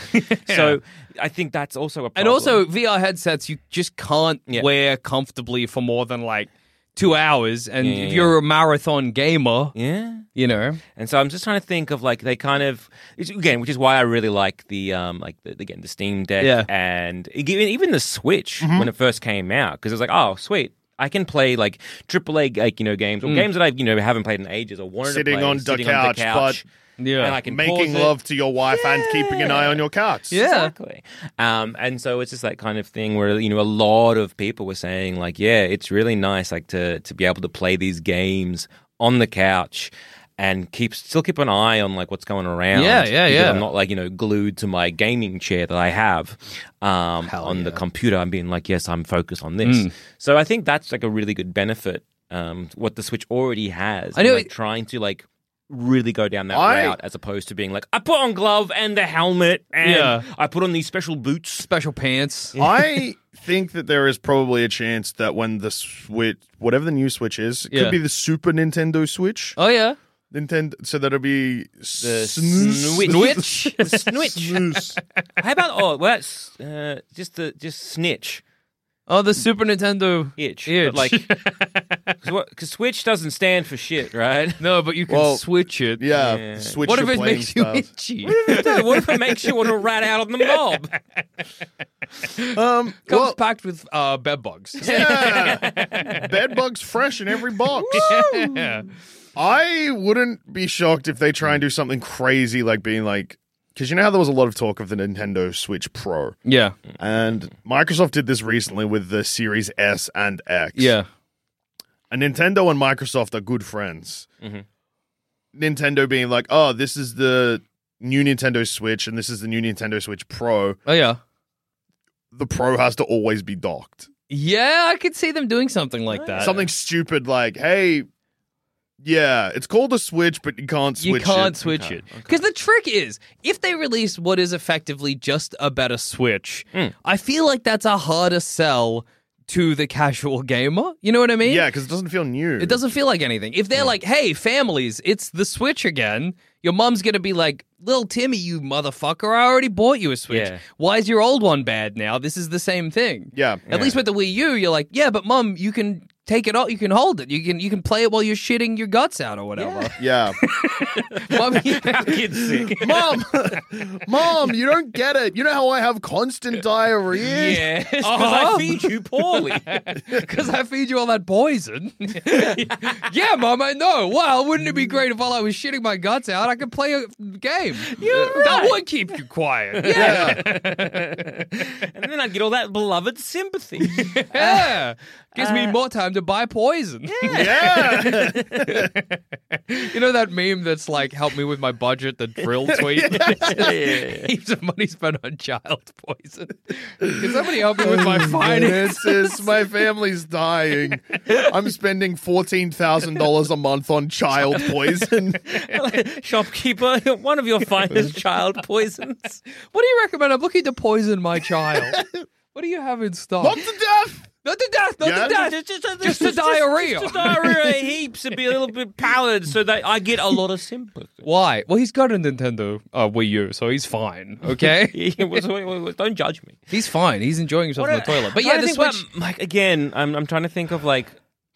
So I think that's also a problem.
And also, VR headsets you just can't
Yeah.
wear comfortably for more than like two hours. And
yeah,
if
yeah.
you're a marathon gamer,
yeah.
you know,
And so I'm just trying to think of like they kind of it's- again, which is why I really like the um like the, again the Steam Deck
Yeah.
and e, even even the Switch
Mm-hmm.
when it first came out because it was like oh sweet. I can play like AAA like you know games or games that I you know haven't played in ages or wanted
Mm. Sitting
to play
on the
sitting on
couch,
the couch
Yeah.
and I can
Making
pause it.
love to your wife and keeping an eye on your cats.
Yeah.
Exactly. Um, and so it's just that kind of thing where you know a lot of people were saying like, yeah, it's really nice like to to be able to play these games on the couch and keep still keep an eye on like what's going around.
Yeah, yeah,
because
yeah.
I'm not like you know glued to my gaming chair that I have um, on the computer. I'm being like, yes, I'm focused on this.
Mm.
So I think that's like a really good benefit. Um, what the Switch already has.
I know
and, like,
it-
trying to like really go down that
I-
route as opposed to being like, I put on glove and the helmet and
Yeah.
I put on these special boots.
special pants. [LAUGHS]
I think that there is probably a chance that when the Switch, whatever the new Switch is, it
Yeah.
could be the Super Nintendo Switch.
Oh, yeah.
Nintendo. So that'll be
The
snus-
Switch. The
[LAUGHS]
snus.
How about oh, well, that's uh, just the just snitch
Oh, the Super Nintendo
itch, but
itch.
[LAUGHS] like because Switch doesn't stand for shit, [LAUGHS] right?
[LAUGHS] no, but you can
Well,
switch it.
Yeah,
Yeah.
switch
what if
your
it
playing
makes
styles.
[LAUGHS]
you itchy?
Dude, what if it makes you want to rat out on the [LAUGHS] mob?
[LAUGHS]
Um,
Comes
well,
packed with uh, bed
[LAUGHS]
bugs. [LAUGHS]
yeah. bed bugs fresh in every box.
yeah.
I wouldn't be shocked if they try and do something crazy like being like, because you know how there was a lot of talk of the Nintendo Switch Pro,
Yeah.
and Microsoft did this recently with the Series S and X.
Yeah.
and Nintendo and Microsoft are good friends.
Mm-hmm.
Nintendo being like, oh, this is the new Nintendo Switch, and this is the new Nintendo Switch Pro.
Oh yeah.
The Pro has to always be docked.
Yeah, I could see them doing something like that.
Something stupid like, hey, yeah, it's called a Switch, but you can't
you
switch.
can't
it.
switch it. Because the trick is, if they release what is effectively just a better Switch,
Hmm.
I feel like that's a harder sell to the casual gamer. You know what I mean?
Yeah, because it doesn't feel new.
It doesn't feel like anything. If they're like, hey, families, it's the Switch again, your mom's going to be like, little Timmy, you motherfucker, I already bought you a Switch.
Yeah.
Why is your old one bad now? This is the same thing.
Yeah.
At least with the Wii U, you're like, yeah, but mom, you can take it off, you can hold it, you can you can play it while you're shitting your guts out or whatever.
Yeah.
[LAUGHS]
[LAUGHS]
Mom, you-
Kids
[LAUGHS]
sick.
Mom, [LAUGHS] mom, you don't get it. You know how I have
[LAUGHS]
constant diarrhea? [LAUGHS]
Yes,
Oh,
because
I
I
feed you poorly.
because I feed you all that poison. yeah, mom, I know. Well, wouldn't it be great if while I was shitting my guts out, I could play a game? Uh, That would keep you quiet. Yeah,
and then I'd get all that beloved [LAUGHS] sympathy.
[LAUGHS] yeah. gives me more time to buy poison.
Yeah.
[LAUGHS] you know that meme that's like, "Help me with my budget." The drill tweet. [LAUGHS] Heaps of money spent on child poison. Can somebody help me
[LAUGHS] Oh,
with my finances?
finances. My family's dying. I'm spending fourteen thousand dollars a month on child
[LAUGHS]
poison.
Shopkeeper, [LAUGHS] one of your finest child poisons.
What do you recommend? I'm looking to poison my child. What do you have in stock?
Not to death.
Not the death, not the
Yeah?
death.
[LAUGHS] Just, just,
Just the diarrhea.
Just, the diarrhea heaps and be a little bit pallid so that I get a lot [LAUGHS] of sympathy.
Why? Well, he's got a Nintendo uh, Wii U, so he's fine.
[LAUGHS]
Okay,
Yeah, well, so- well, well, Don't judge me.
he's fine. He's enjoying himself in the
What a-
toilet. But
I'm
yeah,
trying
the
to think
Switch.
what- like again, I'm I'm trying to think of like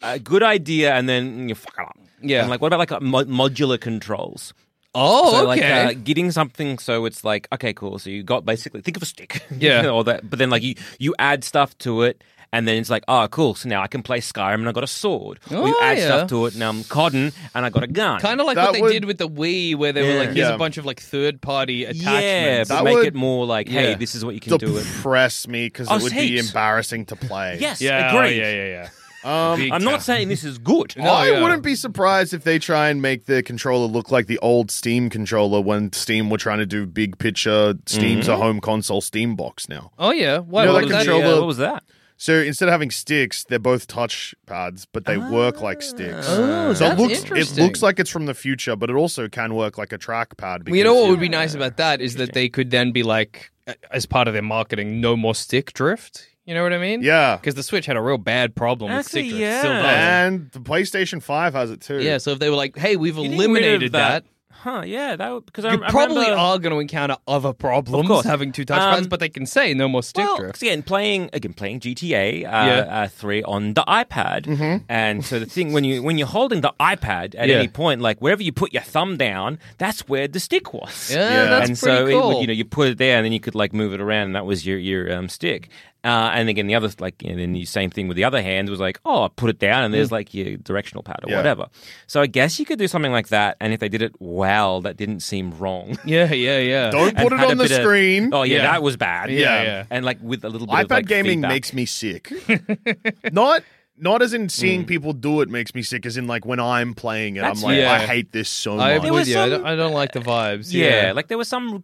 a good idea and then you fuck it up.
Yeah.
And like what about like a mo- modular controls?
Oh,
so like
okay.
uh, getting something so it's like okay cool so you got basically think of a stick [LAUGHS]
Yeah.
or that but then like you you add stuff to it and then it's like oh cool so now i can play skyrim and i got a sword or you
Oh,
add
yeah.
stuff to it and i'm codden and i got a gun
kind of like
That
what they
would-
did with the Wii, where they were
Yeah.
like, "Here's
Yeah.
a bunch of like third-party
yeah
attachments."
but
That
make
would-
it more like hey
Yeah.
this is what you can
[LAUGHS]
do it
Depress me because
Oh,
it would be
heaps.
embarrassing to play.
yes
yeah, oh,
agreed
yeah, yeah, yeah.
Um,
Big
i'm
time.
not saying this is good
I
Oh, yeah.
wouldn't be surprised if they try and make the controller look like the old Steam controller when Steam were trying to do big picture. Steam's
Mm-hmm.
a home console Steam box now.
Oh yeah. Why?
You know,
what
that
was
controller-
yeah.
what was that
So instead of having sticks, they're both touch pads, but they work like sticks.
Oh,
so it
that's
looks it
interesting.
looks like it's from the future, but it also can work like a trackpad.
Well, you know
because
what would be nice about that is that they could then be like, a- as part of their marketing, no more stick drift. You know what I mean?
Yeah.
Because the Switch had a real bad problem
Actually,
with stick drift. Still
yeah.
does.
And the PlayStion Five has it too.
Yeah, so if they were like, "Hey, we've
Getting rid of
eliminated that," Um,
huh yeah that would because
you
i
probably
remember,
are going to encounter other problems
course.
having two touch
Um,
buttons, but they can say no more stick
well,
drift.
again, playing again, playing GTA uh,
Yeah. Mm-hmm.
uh, three on the iPad, and so the thing when you when you're holding the iPad at
Yeah.
any point, like wherever you put your thumb down, that's where the stick was.
Yeah, Yeah. that's
and so
pretty
It would,
cool.
you know, you put it there, and then you could like move it around, and that was your your um, stick. Uh, and again, the other like, and then the same thing with the other hand was like, oh, put it down, and there's
Mm.
like your directional pad or
Yeah.
whatever. So I guess you could do something like that, and if they did it well, that didn't seem wrong. [LAUGHS]
Yeah, yeah, yeah.
Don't
And
put it
had a
on the
bit of-
screen.
oh yeah,
Yeah.
that was bad.
Yeah.
yeah.
And like with a little bit
iPad
of like,
gaming
feedback.
makes
[LAUGHS]
me sick. not not as in seeing
Hmm.
people do it makes me sick, as in like when I'm playing it,
That's
I'm like,
fair.
I hate this so
I
much.
am with you. I,
some-
don't, I don't like the vibes.
Yeah, like there were some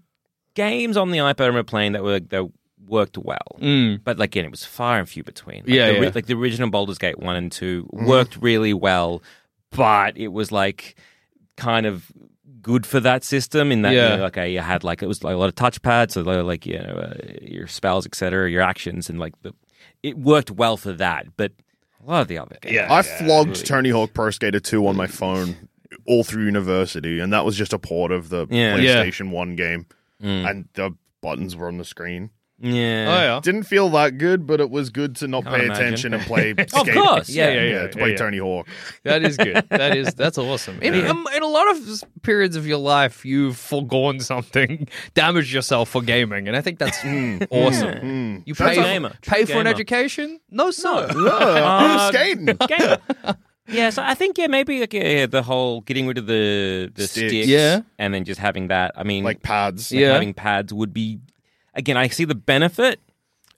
games on the iPad I remember playing that were that worked well,
Mm.
but like again, it was far and few between. Like,
Yeah,
the, ri-
yeah.
like the original Baldur's Gate one and two
Mm-hmm.
worked really well, but it was like kind of good for that system in that you
Yeah.
know, okay you had like it was like a lot of touchpads so lo- like you know uh, your spells etc your actions and like the it worked well for that but a lot of the other games
I flogged Tony Hawk Pro Skater 2 on my phone. all through university, and that was just a port of the
Yeah. Mm.
Yeah.
PlayStation One game, and the buttons were on the screen.
Yeah.
Oh yeah.
Didn't feel that good, but it was good to not
Can't
pay
imagine.
attention and
[LAUGHS]
play.
Of
skate.
course. Yeah.
yeah, yeah,
to
yeah,
play
yeah.
Tony
[LAUGHS]
Hawk.
That is [LAUGHS] good. That is that's awesome. In, um, in a lot of s- periods of your life, you've forgone something, [LAUGHS] damaged yourself for gaming, and I
[LAUGHS]
think that's awesome.
Hmm. a-
You pay
That's
for,
Gamer.
pay for an
Gamer.
education? No,
[LAUGHS]
sir.
Uh, [LAUGHS]
Who's skating?
Gamer. yeah, so I think yeah, maybe like, yeah, yeah, the whole getting rid of the the
Sticks.
sticks,
Yeah.
and then just having that. I mean,
like pads.
Yeah.
having pads would be again. I see the benefit,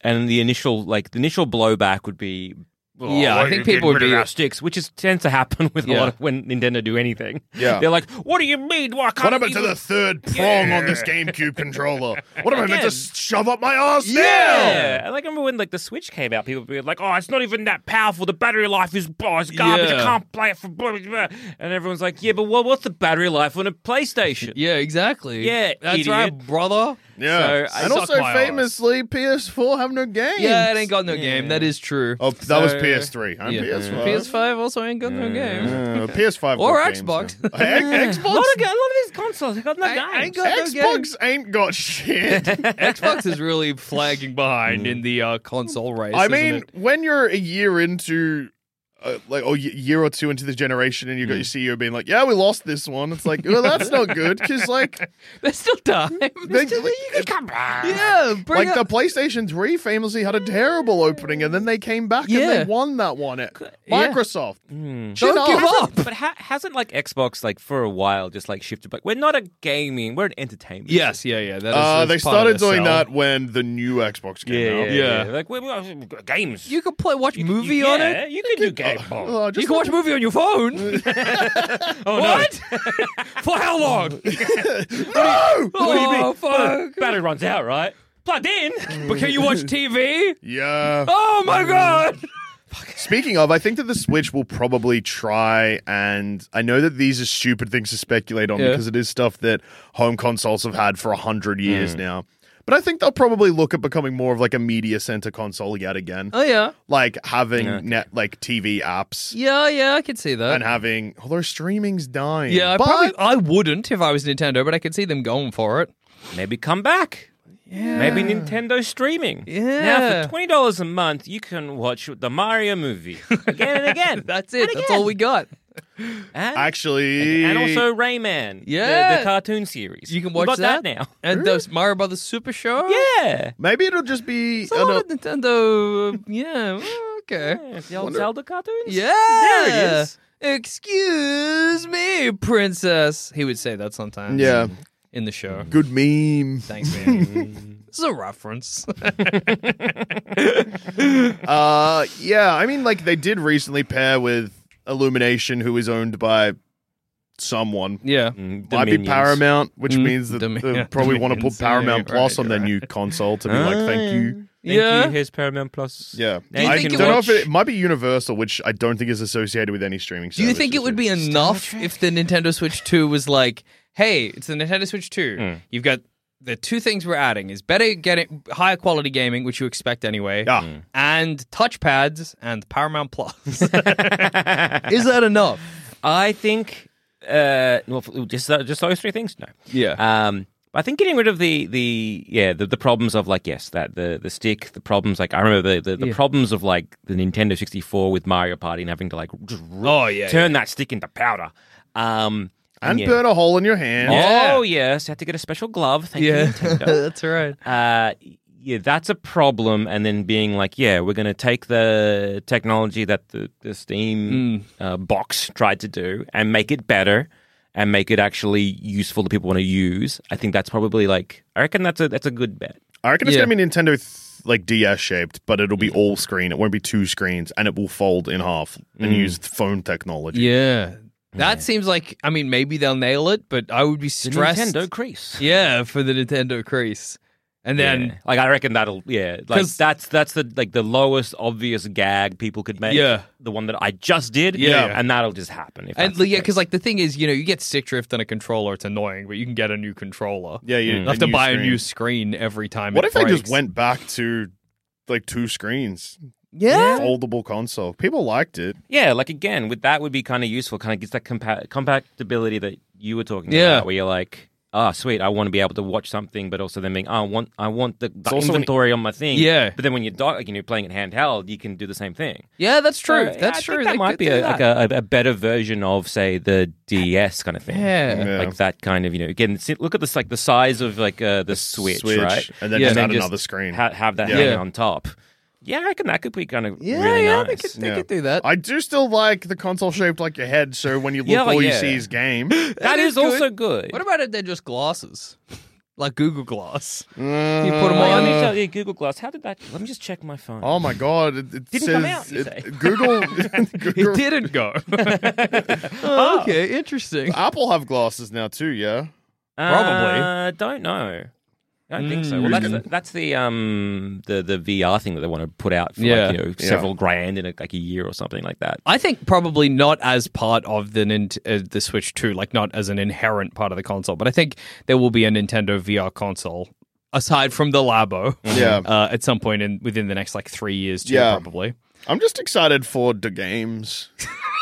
and the initial like the initial blowback would be. "Oh,
Yeah, I
why are
think
you getting
people would
rid of
be-
our sticks, which is tends to happen [LAUGHS] with a
Yeah.
lot of when Nintendo do anything.
Yeah.
they're like, "What do you mean? Why can't
What happened to
you-"
the third prong on this GameCube controller? What am I meant to
Again.
shove up my ass now?
Oh.
Yeah, like I remember when like the Switch came out, people would be like, "Oh, it's not even that powerful. The battery life is oh, it's garbage.
Yeah.
I can't play it for blah blah blah." And everyone's like, "Yeah, but what, what's the battery life on a PlayStation?"
[LAUGHS] yeah, exactly.
Yeah,
that's
idiot.
right, brother.
Yeah.
So I
and
suck
also,
my ass.
famously, PS4 have no games.
Yeah, it ain't got no game. That is true.
Oh, that was
So-
PS3. And
Yeah.
PS4.
PS5 also ain't got no game.
Uh, PS5
Or
got games,
Xbox.
though.
[LAUGHS]
X-
A
Xbox.
lot of, a lot of these consoles have got no
I- I
games.
ain't [LAUGHS] got no games.
Xbox ain't
[LAUGHS]
got shit.
Xbox is really flagging behind in the uh, console race.
I
isn't
mean,
it? [LAUGHS]
when you're a year into, uh, like, or y- year or two into the generation, and you
Hmm.
got your CEO being like, "Yeah, we lost this one." It's like, well, that's not good
[LAUGHS]
because, like,
there's still time.
they,
[LAUGHS] yeah, bring
like
up-
the PlayStation 3 famously had a terrible opening, and then they came back and
Yeah.
they won that one. At
yeah.
Microsoft,
Don't give up.
But ha- hasn't like Xbox like for a while just like shifted back? We're not a gaming, we're an entertainment.
Yes, yeah, yeah. That is,
Uh,
that's
they
part
started
of their
doing
sell.
that when the new Xbox came out.
yeah.
Like we're, we're- games.
You could play, watch movie on
yeah,
it.
You can
[LAUGHS]
do game.
Oh,
You
just
can watch movie on your phone.
[LAUGHS]
[LAUGHS]
Oh,
what? [LAUGHS] For how
[LAUGHS]
long?
no!
What do you mean?
Oh, fuck.
Battery runs out, right? Plugged in.
[LAUGHS]
Mm.
But can you watch TV?
Yeah.
Oh my god!
Speaking of, I think that the Switch will probably try, and I know that these are stupid things to speculate on
Yeah.
because it is stuff that home consoles have had for a hundred
Hmm.
years now. But I think they'll probably look at becoming more of like a media center console yet again,
Oh yeah,
like having net like TV apps
yeah, yeah. I could see that.
and having although streaming's dying.
yeah, I
but
probably I wouldn't if I was Nintendo, but I could see them going for it.
Maybe come back. Maybe Nintendo streaming.
Yeah.
Now for twenty dollars a month, you can watch the Mario movie again and again.
[LAUGHS] That's it. That's all we got.
And-
actually,
and also Rayman, the- the,
Yeah.
cartoon series.
You can
We
watch
got that. now.
And those Mario Brothers Super Show. [LAUGHS] Oh,
Yeah,
maybe it'll just be
It's a
an-
lot of Nintendo. uh, Yeah. well, Okay.
Yeah, the old Zelda cartoons.
Yeah.
oh, there it is.
Excuse me, princess. He would say that sometimes.
yeah,
In the show.
good meme.
Thanks, man. this is a reference.
Uh, yeah. I mean, like they did recently pair with Illumination, who is owned by someone.
yeah.
Might be
Mm, Dominions.
Paramount, which
Mm,
means that
Domi-
they
yeah,
probably want to put
Dominions,
Paramount
yeah,
Plus
right,
on their
right.
new console to be like, thank you.
Thank
Yeah.
you. Here's Paramount Plus.
Yeah,
Now
you
I
think
don't
it
know
would-
if it, it might be Universal, which I don't think is associated with any streaming.
Do you think it would be enough if the Nintendo Switch 2 was like, hey, it's the Nintendo Switch 2. You've got the two things we're adding is better getting higher quality gaming, which you expect anyway,
Yeah. Mm.
and touchpads and
[LAUGHS]
Paramount Plus. [LAUGHS] is that enough?
I think. Uh, well, just just those three things. No.
Yeah.
Um, I think getting rid of the the yeah the, the problems of like yes that the the stick the problems like I remember the the, the
Yeah.
problems of like the Nintendo sixty four with Mario Party and having to like just r-
Oh, yeah,
turn that stick into powder. Um,
and
yeah.
burn a hole in your hand?
Oh yes, had to get a special glove. Thank you, Nintendo.
[LAUGHS] That's right.
uh, yeah, that's a problem. And then being like, yeah, we're going to take the technology that the, the
Mm.
Steam uh, box tried to do and make it better and make it actually useful that people want to use. I think that's probably like, I reckon that's a that's a good bet.
I reckon it's
Yeah.
gonna be Nintendo th- like DS shaped, but it'll be all screen. It won't be two screens, and it will fold in half and use phone technology.
Hmm. Yeah. That seems like, I mean, maybe they'll nail it, but I would be
The
stressed.
Nintendo crease.
Yeah, for the Nintendo crease. And then
Yeah. like I reckon that'll yeah like
'Cause-
that's that's the like the lowest obvious gag people could make
Yeah.
the one that I just did
Yeah.
and that'll just happen if
And
that's the
yeah,
case.
because like the thing is, you know, you get stick drift on a controller, it's annoying, but you can get a new controller.
yeah. You
you Hmm. have to buy a new screen every time.
What
it
if they just
breaks.
went back to like two screens?
Yeah.
foldable console. People liked it.
Yeah, like again, with that would be kind of useful. Kind of gets that compa- compatibility that you were talking
Yeah.
about, where you're like, ah, sweet, I want to be able to watch something, but also then being, oh, I want, I want the, the
also an-
inventory on my thing.
Yeah.
But then when you're dock, like, you know, playing it handheld, you can do the same thing.
Yeah, that's true.
So, yeah,
that's
I
true.
Think that
They
might
could
be
do
a,
that.
like a, a a better version of say the DS kind of thing.
Yeah.
Yeah.
Like that kind of you know again see- look at this like the size of like uh, the switch,
Switch,
right
and then
Yeah.
just
And
add another screen.
ha- have that
Yeah.
hanging
Yeah.
on top. Yeah, I reckon that could be kind of
Yeah,
really
yeah, they
nice.
could, they
Yeah.
could do that.
I do still like the console shaped like your head, so when you look,
Yeah,
all you
yeah.
see
[GASPS]
is game.
that
is
is, also good.
what about if they're just glasses, [LAUGHS] like Google Glass? you
Uh,
put
Oh,
them
yeah, let me
on.
tell you, Google Glass. How did that? Let me just check my phone.
Oh my god! It, it
Didn't
says,
come out, you
it-
say. [LAUGHS]
Google, [LAUGHS]
It
Google
didn't go. Oh, okay, interesting.
Apple have glasses now too. Yeah,
Probably. Hmm.
Uh, don't know. I don't think so. Well, that's the, that's the um the the VR thing that they want to put out for
Yeah.
like you know several grand in a, like a year or something like that.
I think probably not as part of the Nin- uh, the Switch 2, like not as an inherent part of the console, but I think there will be a Nintendo VR console aside from the Labo.
Yeah.
[LAUGHS] Uh, at some point in within the next like three years, too,
Mm. Yeah.
probably.
I'm just excited for
[LAUGHS]
the games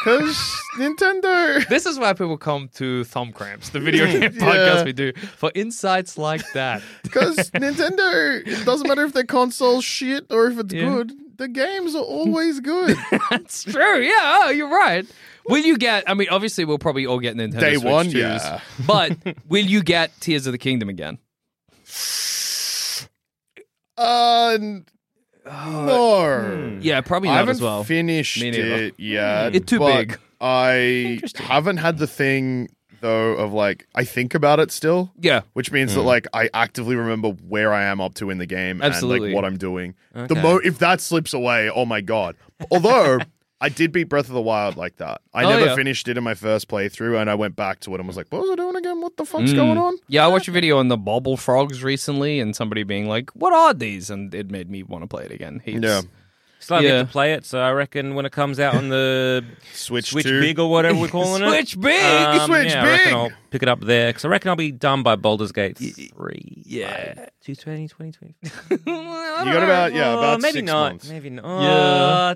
because Nintendo.
This is why people come to Thumb Cramps, the video game podcast we do, for insights like that.
Because Nintendo, it doesn't matter if their console's shit or if it's
Yeah.
good, the games are always
[LAUGHS]
good.
That's true. Yeah, oh, you're right. Will you get? I mean, obviously, we'll probably all get Nintendo
Day
Switch
one,
2s,
yeah. [LAUGHS]
But will you get Tears of the Kingdom again?
uh, n-
Oh,
no.
Yeah, probably
I
not
haven't
as well.
finished
Me neither. Hmm.
it yet.
It's too
but
big.
I haven't had the thing though of like I think about it still.
yeah.
Which means that
Hmm.
like I actively remember where I am up to in the game
Absolutely.
and like what I'm doing. The mo if that slips away, oh my god.
[LAUGHS]
Although I did beat Breath of the Wild like that. I
Oh,
never
yeah.
finished it in my first playthrough and I went back to it and was like, what was I doing again? What the
Hmm.
fuck's going on?
Yeah, I watched a video on the bobble frogs recently, and somebody being like, "What are these?" and it made me want to play it again. Heaps.
Yeah.
Still haven't
Yeah.
yet to play it, so I reckon when it comes out on the
Switch
Switch
two.
Big or whatever we're calling
Switch
it,
big,
um,
Switch
yeah, I reckon
big.
I'll pick it up there because I reckon I'll be done by Baldur's Gate three.
yeah.
Two twenty twenty twenty. [LAUGHS]
You got about yeah, about
maybe
six
not.
months.
Maybe not.
Yeah.
nah,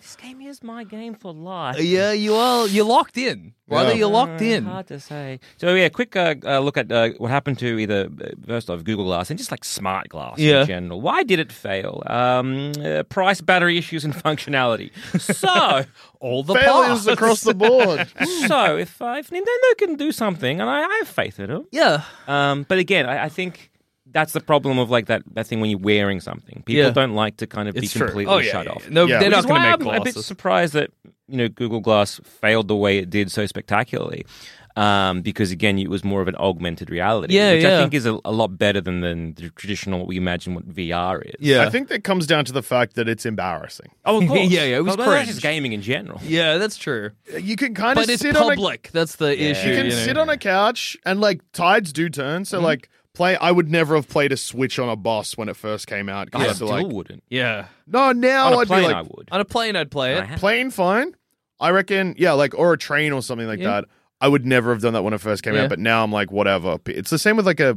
this game is my game for life.
yeah, you are. You're locked in, brother.
Yeah.
You're locked
Uh,
in.
Hard to say. So yeah, quick uh, uh, look at uh, what happened to either uh, first off Google Glass and just like smart glass
Yeah.
in general. Why did it fail? Um, uh, price, battery issues, and [LAUGHS] functionality. So
All the
Failures
parts.
across the board.
so if uh, if Nintendo can do something, and I, I have faith in them.
[LAUGHS] Yeah,
Um, but again, I, I think. That's the problem of like that, that thing when you're wearing something. People
Yeah.
don't like to kind of
it's
be
true.
completely
oh, yeah,
shut
yeah,
off.
yeah. No,
Yeah.
they're
Which
not
Which is
going
why
to make
I'm a bit
glasses.
surprised that you know Google Glass failed the way it did so spectacularly, um, because again, it was more of an augmented reality,
Yeah,
which
yeah.
I think is a, a lot better than, than the traditional what we imagine what VR is.
Yeah.
I think that comes down to the fact that it's embarrassing.
Oh, of course.
[LAUGHS] Yeah, yeah, it was
Well, that's
cringe.
just gaming in general.
yeah, that's true.
You can kind of
But it's
sit on a
public. That's the issue.
You can
you know. Mm-hmm.
sit on a couch and like tides do turn. So like play. I would never have played a Switch on a bus when it first came out. 'cause
I
I'd be
still
like,
wouldn't.
Yeah,
no,
On
Oh,
now
a
I'd
plane,
be like
I would.
on a plane, I'd play
I
it.
have-
plane fine. I reckon yeah, like or a train or something like
Yeah.
that. I would never have done that when it first came
Yeah. Mm.
out, but now I'm like whatever. It's the same with like a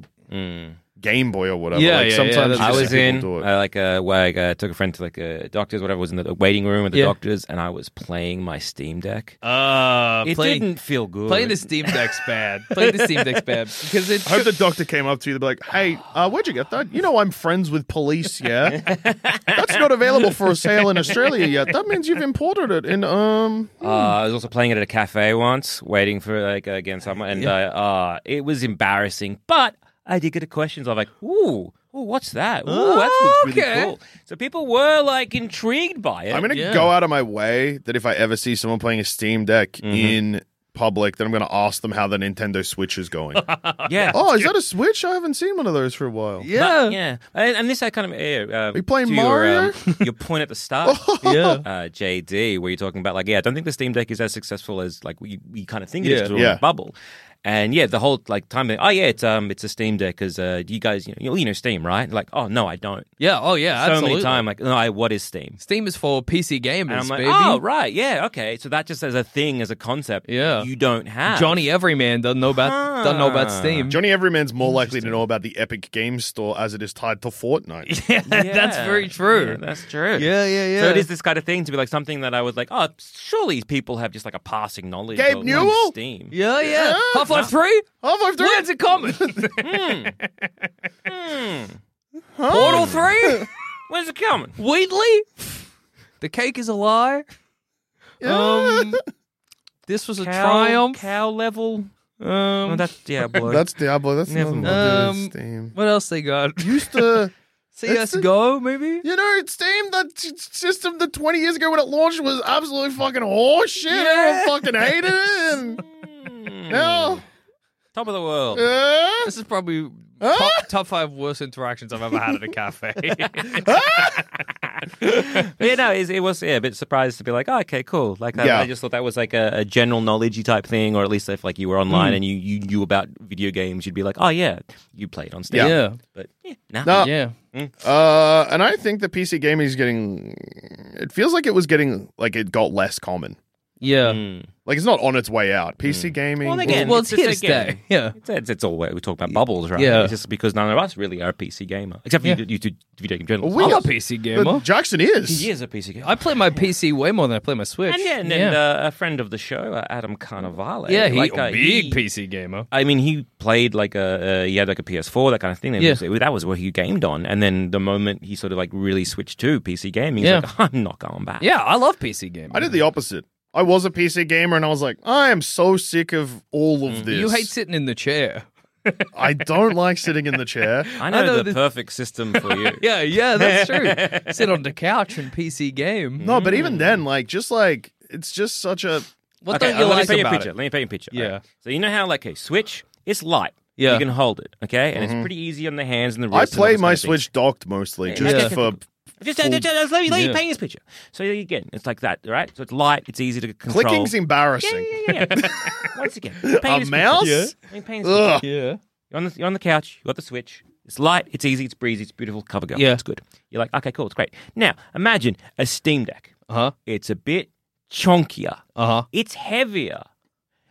Game Boy or whatever.
Yeah,
like,
yeah, yeah,
sometimes
that's
you
I
just
was
see people
in
do it.
I like uh, where I uh, took a friend to like a doctor's whatever was in the waiting room at the
Yeah.
doctor's, and I was playing my Steam Deck.
Uh,
it
play,
didn't feel good.
play the Steam Deck's
[LAUGHS]
bad. Play the Steam Deck's bad because it's
I hope the doctor came up to you. They'd be like, "Hey, uh, where'd you get that? You know, I'm friends with police. Yeah, that's not available for sale in Australia yet. That means you've imported it in um
Uh, I was also playing it at a cafe once, waiting for like uh, again someone, and uh, uh, it was embarrassing. But I did get a questions. I'm like, ooh, ooh, what's that? Ooh, that looks
Ah, Okay.
really cool. So people were like intrigued by it.
I'm gonna
Yeah.
go out of my way that if I ever see someone playing a Steam Deck
Mm-hmm.
in public, that I'm gonna ask them how the Nintendo Switch is
[LAUGHS]
going.
yeah,
oh, is that a Switch? I haven't seen one of those for a while.
yeah, [LAUGHS]
yeah. And, and this I kind of uh, uh,
We playing
to your,
Mario?
um, your point at
[LAUGHS]
the start.
[LAUGHS] yeah.
uh, JD, where you're talking about like, yeah, I don't think the Steam Deck is as successful as like we, we kind of think it is
Yeah.
because we're in
Yeah.
a bubble. And yeah, the whole like time. Oh yeah, it's um, it's a Steam Deck because uh, you guys, you know, you know Steam, right? Like, oh no, I don't.
Yeah. Oh, yeah.
so
absolutely.
many times, like, no, I what is Steam?
Steam is for PC gamers,
And I'm like,
baby.
oh right, yeah, okay. So that just as a thing, as a concept,
Yeah.
you don't have
Johnny [LAUGHS] Everyman doesn't know about doesn't know about Steam.
Johnny Everyman's more likely to know about the Epic Game Store as it is tied to
[LAUGHS]
Fortnite.
yeah, that's very true.
Yeah, that's true.
Yeah, yeah, yeah.
So it is this kind of thing to be like something that I was like, oh, surely people have just like a passing knowledge.
Gabe
of,
Newell?
Like, Steam.
yeah, yeah. Half Life Three.
Half-Life 3?
Where's it
[LAUGHS]
common?
Hmm.
Portal
[LAUGHS]
Three.
Where's it coming?
Wheatley. The cake is a lie. Um, this was a
Cow-
triumph.
Cow level.
Um,
Oh, that's
[LAUGHS]
yeah, boy.
[LAUGHS] That's Diablo. That's
Never
nothing
mind.
to do with
Um,
Steam.
what else they got? [LAUGHS]
Used to,
CS:GO, maybe.
you know, Steam, that t- system that 20 years ago when it launched was absolutely fucking horseshit. Everyone fucking hated it. And
[LAUGHS]
now,
top of the world.
uh,
This is probably top, top five worst interactions I've ever had at a [LAUGHS] cafe.
[LAUGHS] yeah, no, it, it was yeah, a bit surprised to be like, oh, okay, cool. Like, I,
Yeah.
I just thought that was like a, a general knowledgey type thing, or at least if like you were
Hmm.
online and you, you knew about video games, you'd be like, oh yeah, you played on Steam.
Yeah.
But yeah, nah.
No.
yeah.
Uh, and I think the PC gaming is getting. It feels like it was getting like it got less common.
Yeah.
Hmm.
Like it's not on its way out. PC
Hmm.
gaming.
Well, again,
Well, it's
just
here to
again-
stay. Yeah.
It's, it's, it's all we talk about bubbles, right?
Yeah.
It's just because none of us really are a PC gamer, except for you, you two video game journalists.
We
I'm
are-
a PC
But
gamer.
Jackson is.
He is a PC gamer.
I play my PC way more than I play my Switch.
and yeah, and, and, uh, a friend of the show, uh, Adam Carnivale.
yeah, he
like,
a
uh,
big
he-
PC gamer.
I mean, he played like a uh, he had like a PS4, that kind of thing. It
Yeah.
was- that was what he gamed on. And then the moment he sort of like really switched to PC gaming, he's
Yeah.
like, [LAUGHS] I'm not going back.
Yeah, I love PC gaming.
I did the opposite. I was a PC gamer, and I was like, I am so sick of all
Hmm.
of this.
You hate sitting in the chair.
I don't
[LAUGHS]
like sitting in the chair.
[LAUGHS] I know,
I know
the
this-
perfect system for
[LAUGHS]
you.
[LAUGHS] Yeah, yeah, that's [LAUGHS] true. Sit on the couch and PC game.
No, but
Mm.
even then, like, just like it's just such a.
What
Okay, uh,
don't you
let me
like
paint you a
about
picture.
it?
Let me paint you a picture.
Yeah.
Alright. So you know how like a Switch, it's light.
Yeah. Mm-hmm.
You can hold it, okay, and it's pretty easy on the hands and the
I
wrists. and all
play
this
my
kind of thing.
Switch docked mostly just
Yeah.
for.
[LAUGHS] Just, just, just, just let me, let me
Yeah.
paint this picture. So again, it's like that, right? So it's light, it's easy to control.
Clicking's
Yeah,
embarrassing.
yeah, yeah. yeah.
[LAUGHS]
Once again, paint
A
this picture.
mouse?
Yeah. Let me paint this picture.
Ugh.
Yeah.
You're on, the, you're on the couch. You got the Switch. It's light. It's easy. It's breezy. It's beautiful. Cover girl.
Yeah.
It's good. You're like, okay, cool. It's great. Now imagine a Steam Deck.
Uh huh.
It's a bit chunkier.
Uh huh.
It's heavier.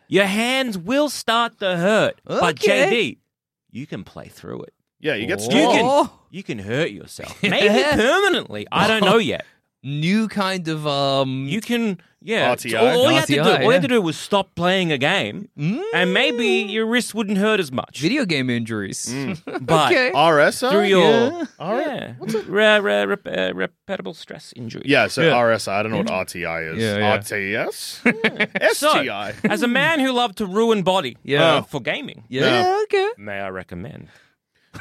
Your hands will start to hurt. But
Okay.
JD, you can play through it.
Yeah, you get
You can
Oh.
you can hurt
[LAUGHS]
yourself. Maybe permanently. I don't know yet.
New kind of um.
You can, yeah.
RTI.
All, all you had to do,
RTI,
all you had
yeah.
to do was stop playing a game, and maybe your wrist wouldn't hurt as much.
mm, video game injuries. [LAUGHS] uh,
But
Okay.
RSI.
through your,
yeah.
yeah,
All right.
Re- re- rep- uh, repeatable stress injury.
Yeah, so RSI. I don't know
Mm-hmm.
what RTI is.
Yeah, yeah.
[LAUGHS]
RTS?
So,
STI.
as a man who loved to ruin body,
Yeah.
uh, for gaming,
Yeah. Okay.
may I recommend?
[LAUGHS]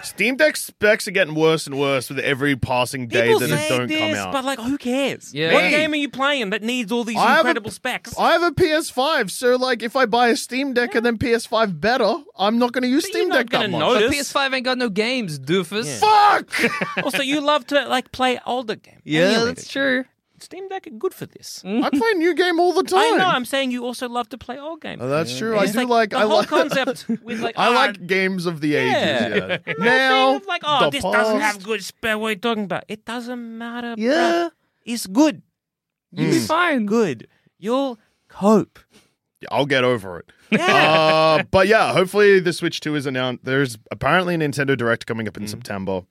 Steam Deck specs are getting worse and worse with every passing day
People
that
say
it don't
this,
come out.
but like, who cares?
Yeah.
What
Me.
game are you playing that needs all these
I have a-
incredible specs?
I have a PS5, so like if I buy a Steam Deck and then PS5 better, I'm not going to use
But
Steam
you're
Deck
not
that
gonna
much.
notice.
But PS5 ain't got no games, doofus.
[LAUGHS] [LAUGHS]
Fuck!
also, you love to like play older games.
Yeah, Mm.
emulated
that's true.
games. Steam Deck are good for this.
I play a new game all the time.
I know. I'm saying you also love to play old games.
Oh, that's true.
It's
I
just
do like.
the
I
whole
like [LAUGHS]
concept with like
I
ah,
like games of the ages.
Yeah.
Yeah.
I'm not
Now,
saying of like, oh,
the
this doesn't have
past.
good spare. What are you talking about? It doesn't matter. bruh.
Yeah.
It's good.
You'll be fine.
Good. You'll cope.
I'll get over it. Uh, but yeah, hopefully the Switch 2 is announced. There's apparently a Nintendo Direct coming up in
Mm.
September.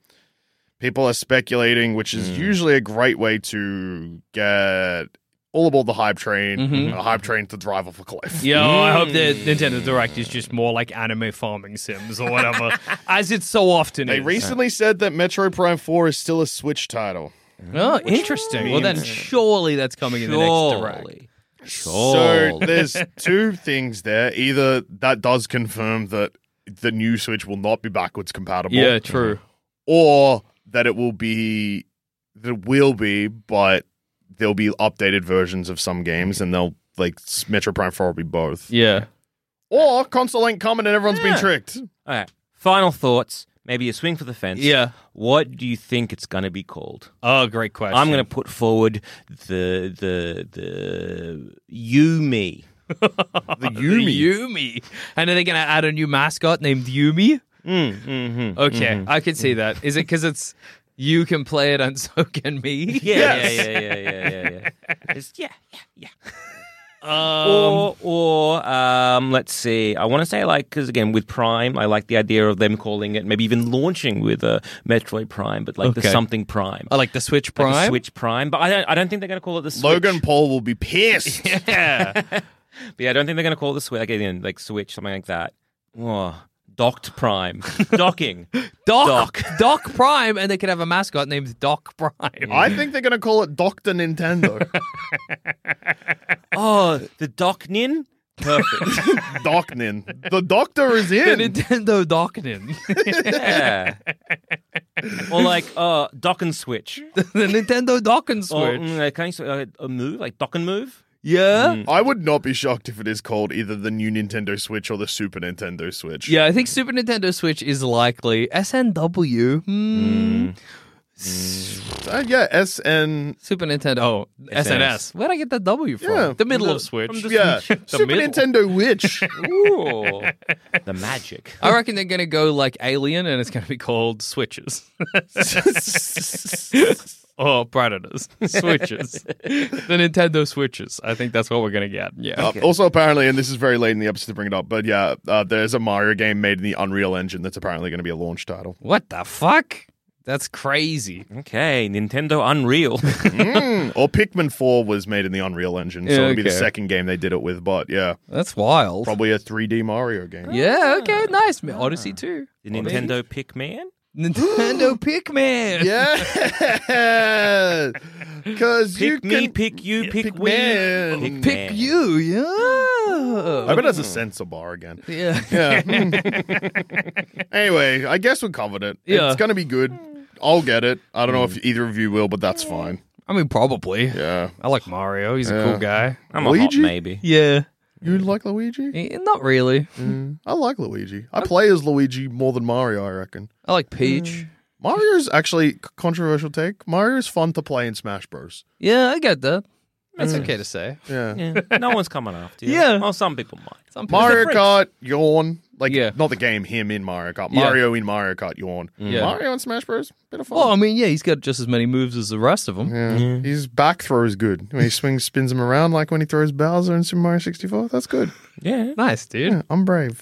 People are speculating, which is usually a great way to get all aboard the hype train,
Mm-hmm.
a hype train to drive off a cliff.
Yo, I hope the Nintendo Direct is just more like anime farming sims or whatever, as it so often
They
is.
recently said that Metro Prime 4 is still a Switch title.
oh, interesting. Well, then surely that's coming in the next Direct.
Surely. Surely.
[LAUGHS]
So there's two things there. Either that does confirm that the new Switch will not be backwards compatible.
Yeah, true.
or that it will be that it will be, but there'll be updated versions of some games, and they'll like s- Metro Prime Four will be both.
Yeah.
Or console ain't coming, and everyone's been
Yeah.
tricked.
All right. Final thoughts. Maybe a swing for the fence.
Yeah.
What do you think it's going to be called?
Oh, great question.
I'm going to put forward the the the you me.
The Yumi.
Uh, Yumi. And are they going to add a new mascot named Yumi? okay, I can see that. Is it because it's you can play it and [LAUGHS] so can me?
Yeah, yeah, yeah, yeah, yeah, yeah, yeah. [LAUGHS] It's- yeah, yeah, yeah.
Um,
or, or um, let's see. I want to say like because again with Prime, I like the idea of them calling it maybe even launching with a Metroid Prime, but like the
Okay.
something Prime,
I like the Switch
Like
Prime.
the Switch Prime. But I don't, I don't think they're going to call it the Switch.
Logan Paul will
[LAUGHS]
be pissed.
But yeah, I don't think they're going to call it the Switch. Like, again, like Switch, something like that. Whoa. Docked [LAUGHS] Prime, docking.
Doc, Doc. Prime, and they could have a mascot named Doc Prime.
I think they're going to call it Doctor Nintendo.
[LAUGHS]
Oh, the Docknin. Perfect.
Docnin. The Doctor is in.
the Nintendo Dockin.
yeah. Or like uh, dock and switch.
[LAUGHS] the Nintendo Dockin
Or,
Switch.
mm, uh, can I s- uh, a move like dock and move?
yeah.
I would not be shocked if it is called either the new Nintendo Switch or the Super Nintendo Switch.
Yeah, I think Super Nintendo Switch is likely. SNW. Hmm.
Uh, yeah, SN.
Super Nintendo. Oh, SNS.
SNS.
Where'd I get that W from?
Yeah,
the middle of Switch. [LAUGHS]
Yeah, Super
middle. [LAUGHS]
Nintendo Witch.
Ooh, [LAUGHS] the magic.
I reckon they're going to go like Alien and it's going to be called Switches. or Predators. Switches. the Nintendo Switches. I think that's what we're going to get. Yeah.
Uh, also, apparently, and this is very late in the episode to bring it up, but yeah, uh, there's a Mario game made in the Unreal Engine that's apparently going to be a launch title.
What the fuck? That's crazy.
Okay, Nintendo Unreal.
Hmm. Or Pikmin 4 was made in the Unreal Engine, so
Yeah,
it'll be the
okay.
second game they did it with, but yeah,
That's wild.
probably a 3D Mario game.
Yeah, okay, nice. Odyssey too.
The Nintendo Pick Man.
[GASPS] Nintendo Pikmin.
[LAUGHS] Yeah, [LAUGHS] because you
Pick me,
can
pick you, pick,
pick
we.
man.
Pick,
Pick
man.
you, yeah.
I bet that's a sensor bar again.
[LAUGHS] Yeah. [LAUGHS]
Yeah. anyway, I guess we covered it.
Yeah. Mm.
It's gonna be good. I'll get it. I don't know if either of you will, but that's fine.
I mean, probably.
Yeah.
I like Mario. He's a cool guy.
I'm a hot
Luigi?
maybe.
Yeah.
You like Luigi?
Eh, Not really.
I like Luigi. I play as Luigi more than Mario, I reckon.
I like Peach.
Mario's actually controversial take. Mario's fun to play in Smash Bros.
Yeah, I get that. That's okay to say.
Mm. Yeah.
Yeah. No one's coming after you.
Yeah.
Well, some people might.
Some people-
Mario Kart, yawn. Like
Yeah.
not the game, him in Mario Kart.
Yeah. Mm.
Mario in Mario Kart, yawn.
Yeah.
Mario in Smash Bros, bit of fun.
Well, I mean, yeah, he's got just as many moves as the rest of them.
Yeah. His back throw is good. When he swings, spins him around like when he throws Bowser in Super Mario 64. That's good.
Yeah.
Nice, dude.
Yeah, I'm brave.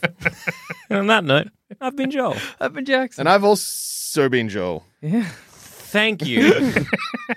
And on that note, I've been Joel.
I've been Jackson.
and I've also been Joel.
Thank you,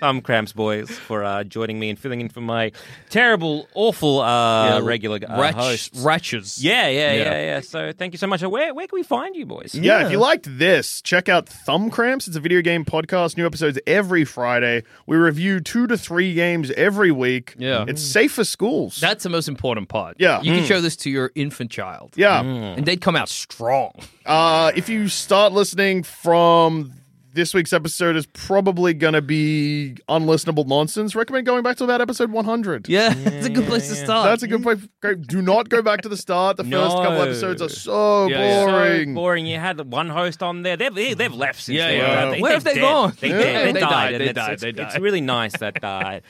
Thumb Cramps boys, for uh, joining me and filling in for my terrible, awful uh, regular [LAUGHS] uh,
Ratch,
hosts.
Ratches.
Yeah, yeah,
Yeah.
yeah, yeah, So thank you so much. Uh, Where where can we find you boys?
Yeah. if you liked this, check out Thumb Cramps. It's a video game podcast. New episodes every Friday. We review two to three games every week.
Yeah.
It's safe for schools.
That's the most important part.
Yeah.
Hmm.
You can show this to your infant child.
yeah.
And they'd come out strong.
Uh, if you start listening from this week's episode is probably going to be unlistenable nonsense. Recommend going back to about episode 100.
Yeah, it's a good place to start.
That's a good point. Great. Do not go back to the start. The first couple
No.
episodes are so
Yeah, yeah.
boring.
So boring. You had one host on there. They've they- they've left since.
Yeah,
then.
yeah.
They,
Where have
they're
they
dead.
gone?
They,
Yeah.
dead.
They
they,
died,
died. and
they
it's-
died,
it's-
they died.
It's really nice that uh,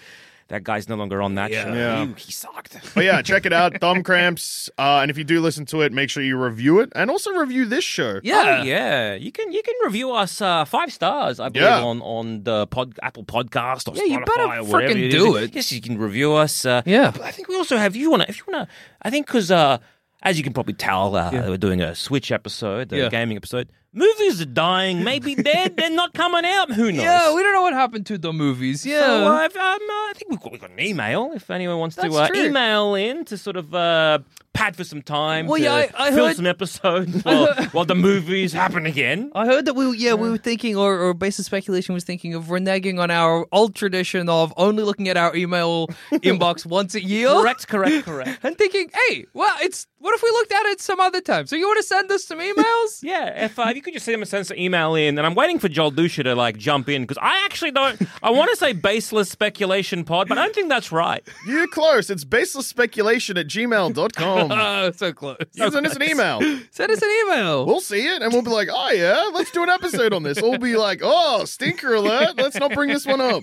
that guy's no longer on that show.
Yeah.
Ew, he sucked.
but yeah, check it out. Thumb cramps. Uh, and if you do listen to it, make sure you review it and also review this show.
yeah.
Oh, yeah. You can you can review us uh, five stars, I believe,
Yeah.
on on the pod, Apple Podcast or
Yeah,
Spotify
you better
or whatever
frickin'
it
do
is.
it.
Yes, you can review us. Uh,
Yeah.
but I think we also have you want to if you want to. I think because uh, as you can probably tell, uh, we're doing a Switch episode, a
Yeah.
gaming episode. Movies are dying, maybe
[LAUGHS]
dead. They're not coming out. Who knows?
Yeah, we don't know what happened to the movies. Yeah.
So, uh, if, um, uh, I think we've got, we've got an email. If anyone wants
That's
to uh,
true.
email in to sort of uh, pad for some time,
Well,
to
yeah, I- I
fill
heard-
some
[LAUGHS]
episodes while,
heard-
while the movies happen again.
I heard that we, yeah, we were thinking, or, or basis speculation was thinking of reneging on our old tradition of only
[LAUGHS]
looking at our email inbox once a year,
[LAUGHS] Correct, correct, correct.
and thinking, hey, well, it's what What if we looked at it some other time? So you want to send us some
[LAUGHS]
emails?
Yeah, F5, you could just send him a sense of email in, and I'm waiting for Joel Dusha to like jump in because I actually don't. I want to say baseless speculation pod, but I don't think that's right.
You're close. It's baseless speculation at
[LAUGHS]
gmail.com.
Oh, [LAUGHS] so close.
Send us an email.
Send us an email.
We'll see it and we'll be like, oh, yeah, let's do an episode on this. Or We'll be like, oh, stinker alert. Let's not bring this
[LAUGHS]
one up.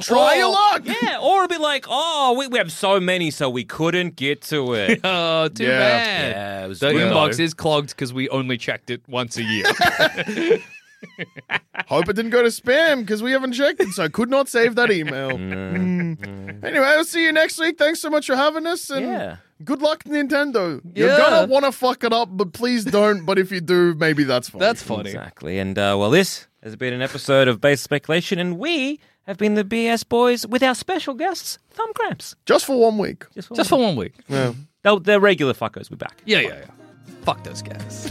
Try your luck.
Oh, Yeah, or it'd be like, oh, we, we have so many, so we couldn't get [LAUGHS] to it.
Oh, too
Yeah.
bad.
Yeah, it was
The
weird.
inbox is clogged because we only checked it once a
[LAUGHS]
year.
Hope it didn't go to spam because we haven't checked it, so I could not save that email. Mm. Anyway, I'll see you next week. Thanks so much for having us, and
Yeah.
good luck, Nintendo. You're
Yeah.
gonna want to fuck it up, but please don't. But if you do, maybe that's fine.
That's funny.
Exactly. And uh, well, this has been an episode of Base Speculation, and we have been the BS Boys with our special guests, Thumb Cramps.
just for one week.
Just for one week.
They're, they're regular fuckers. We're back.
Yeah, yeah, yeah. Fuck those guys.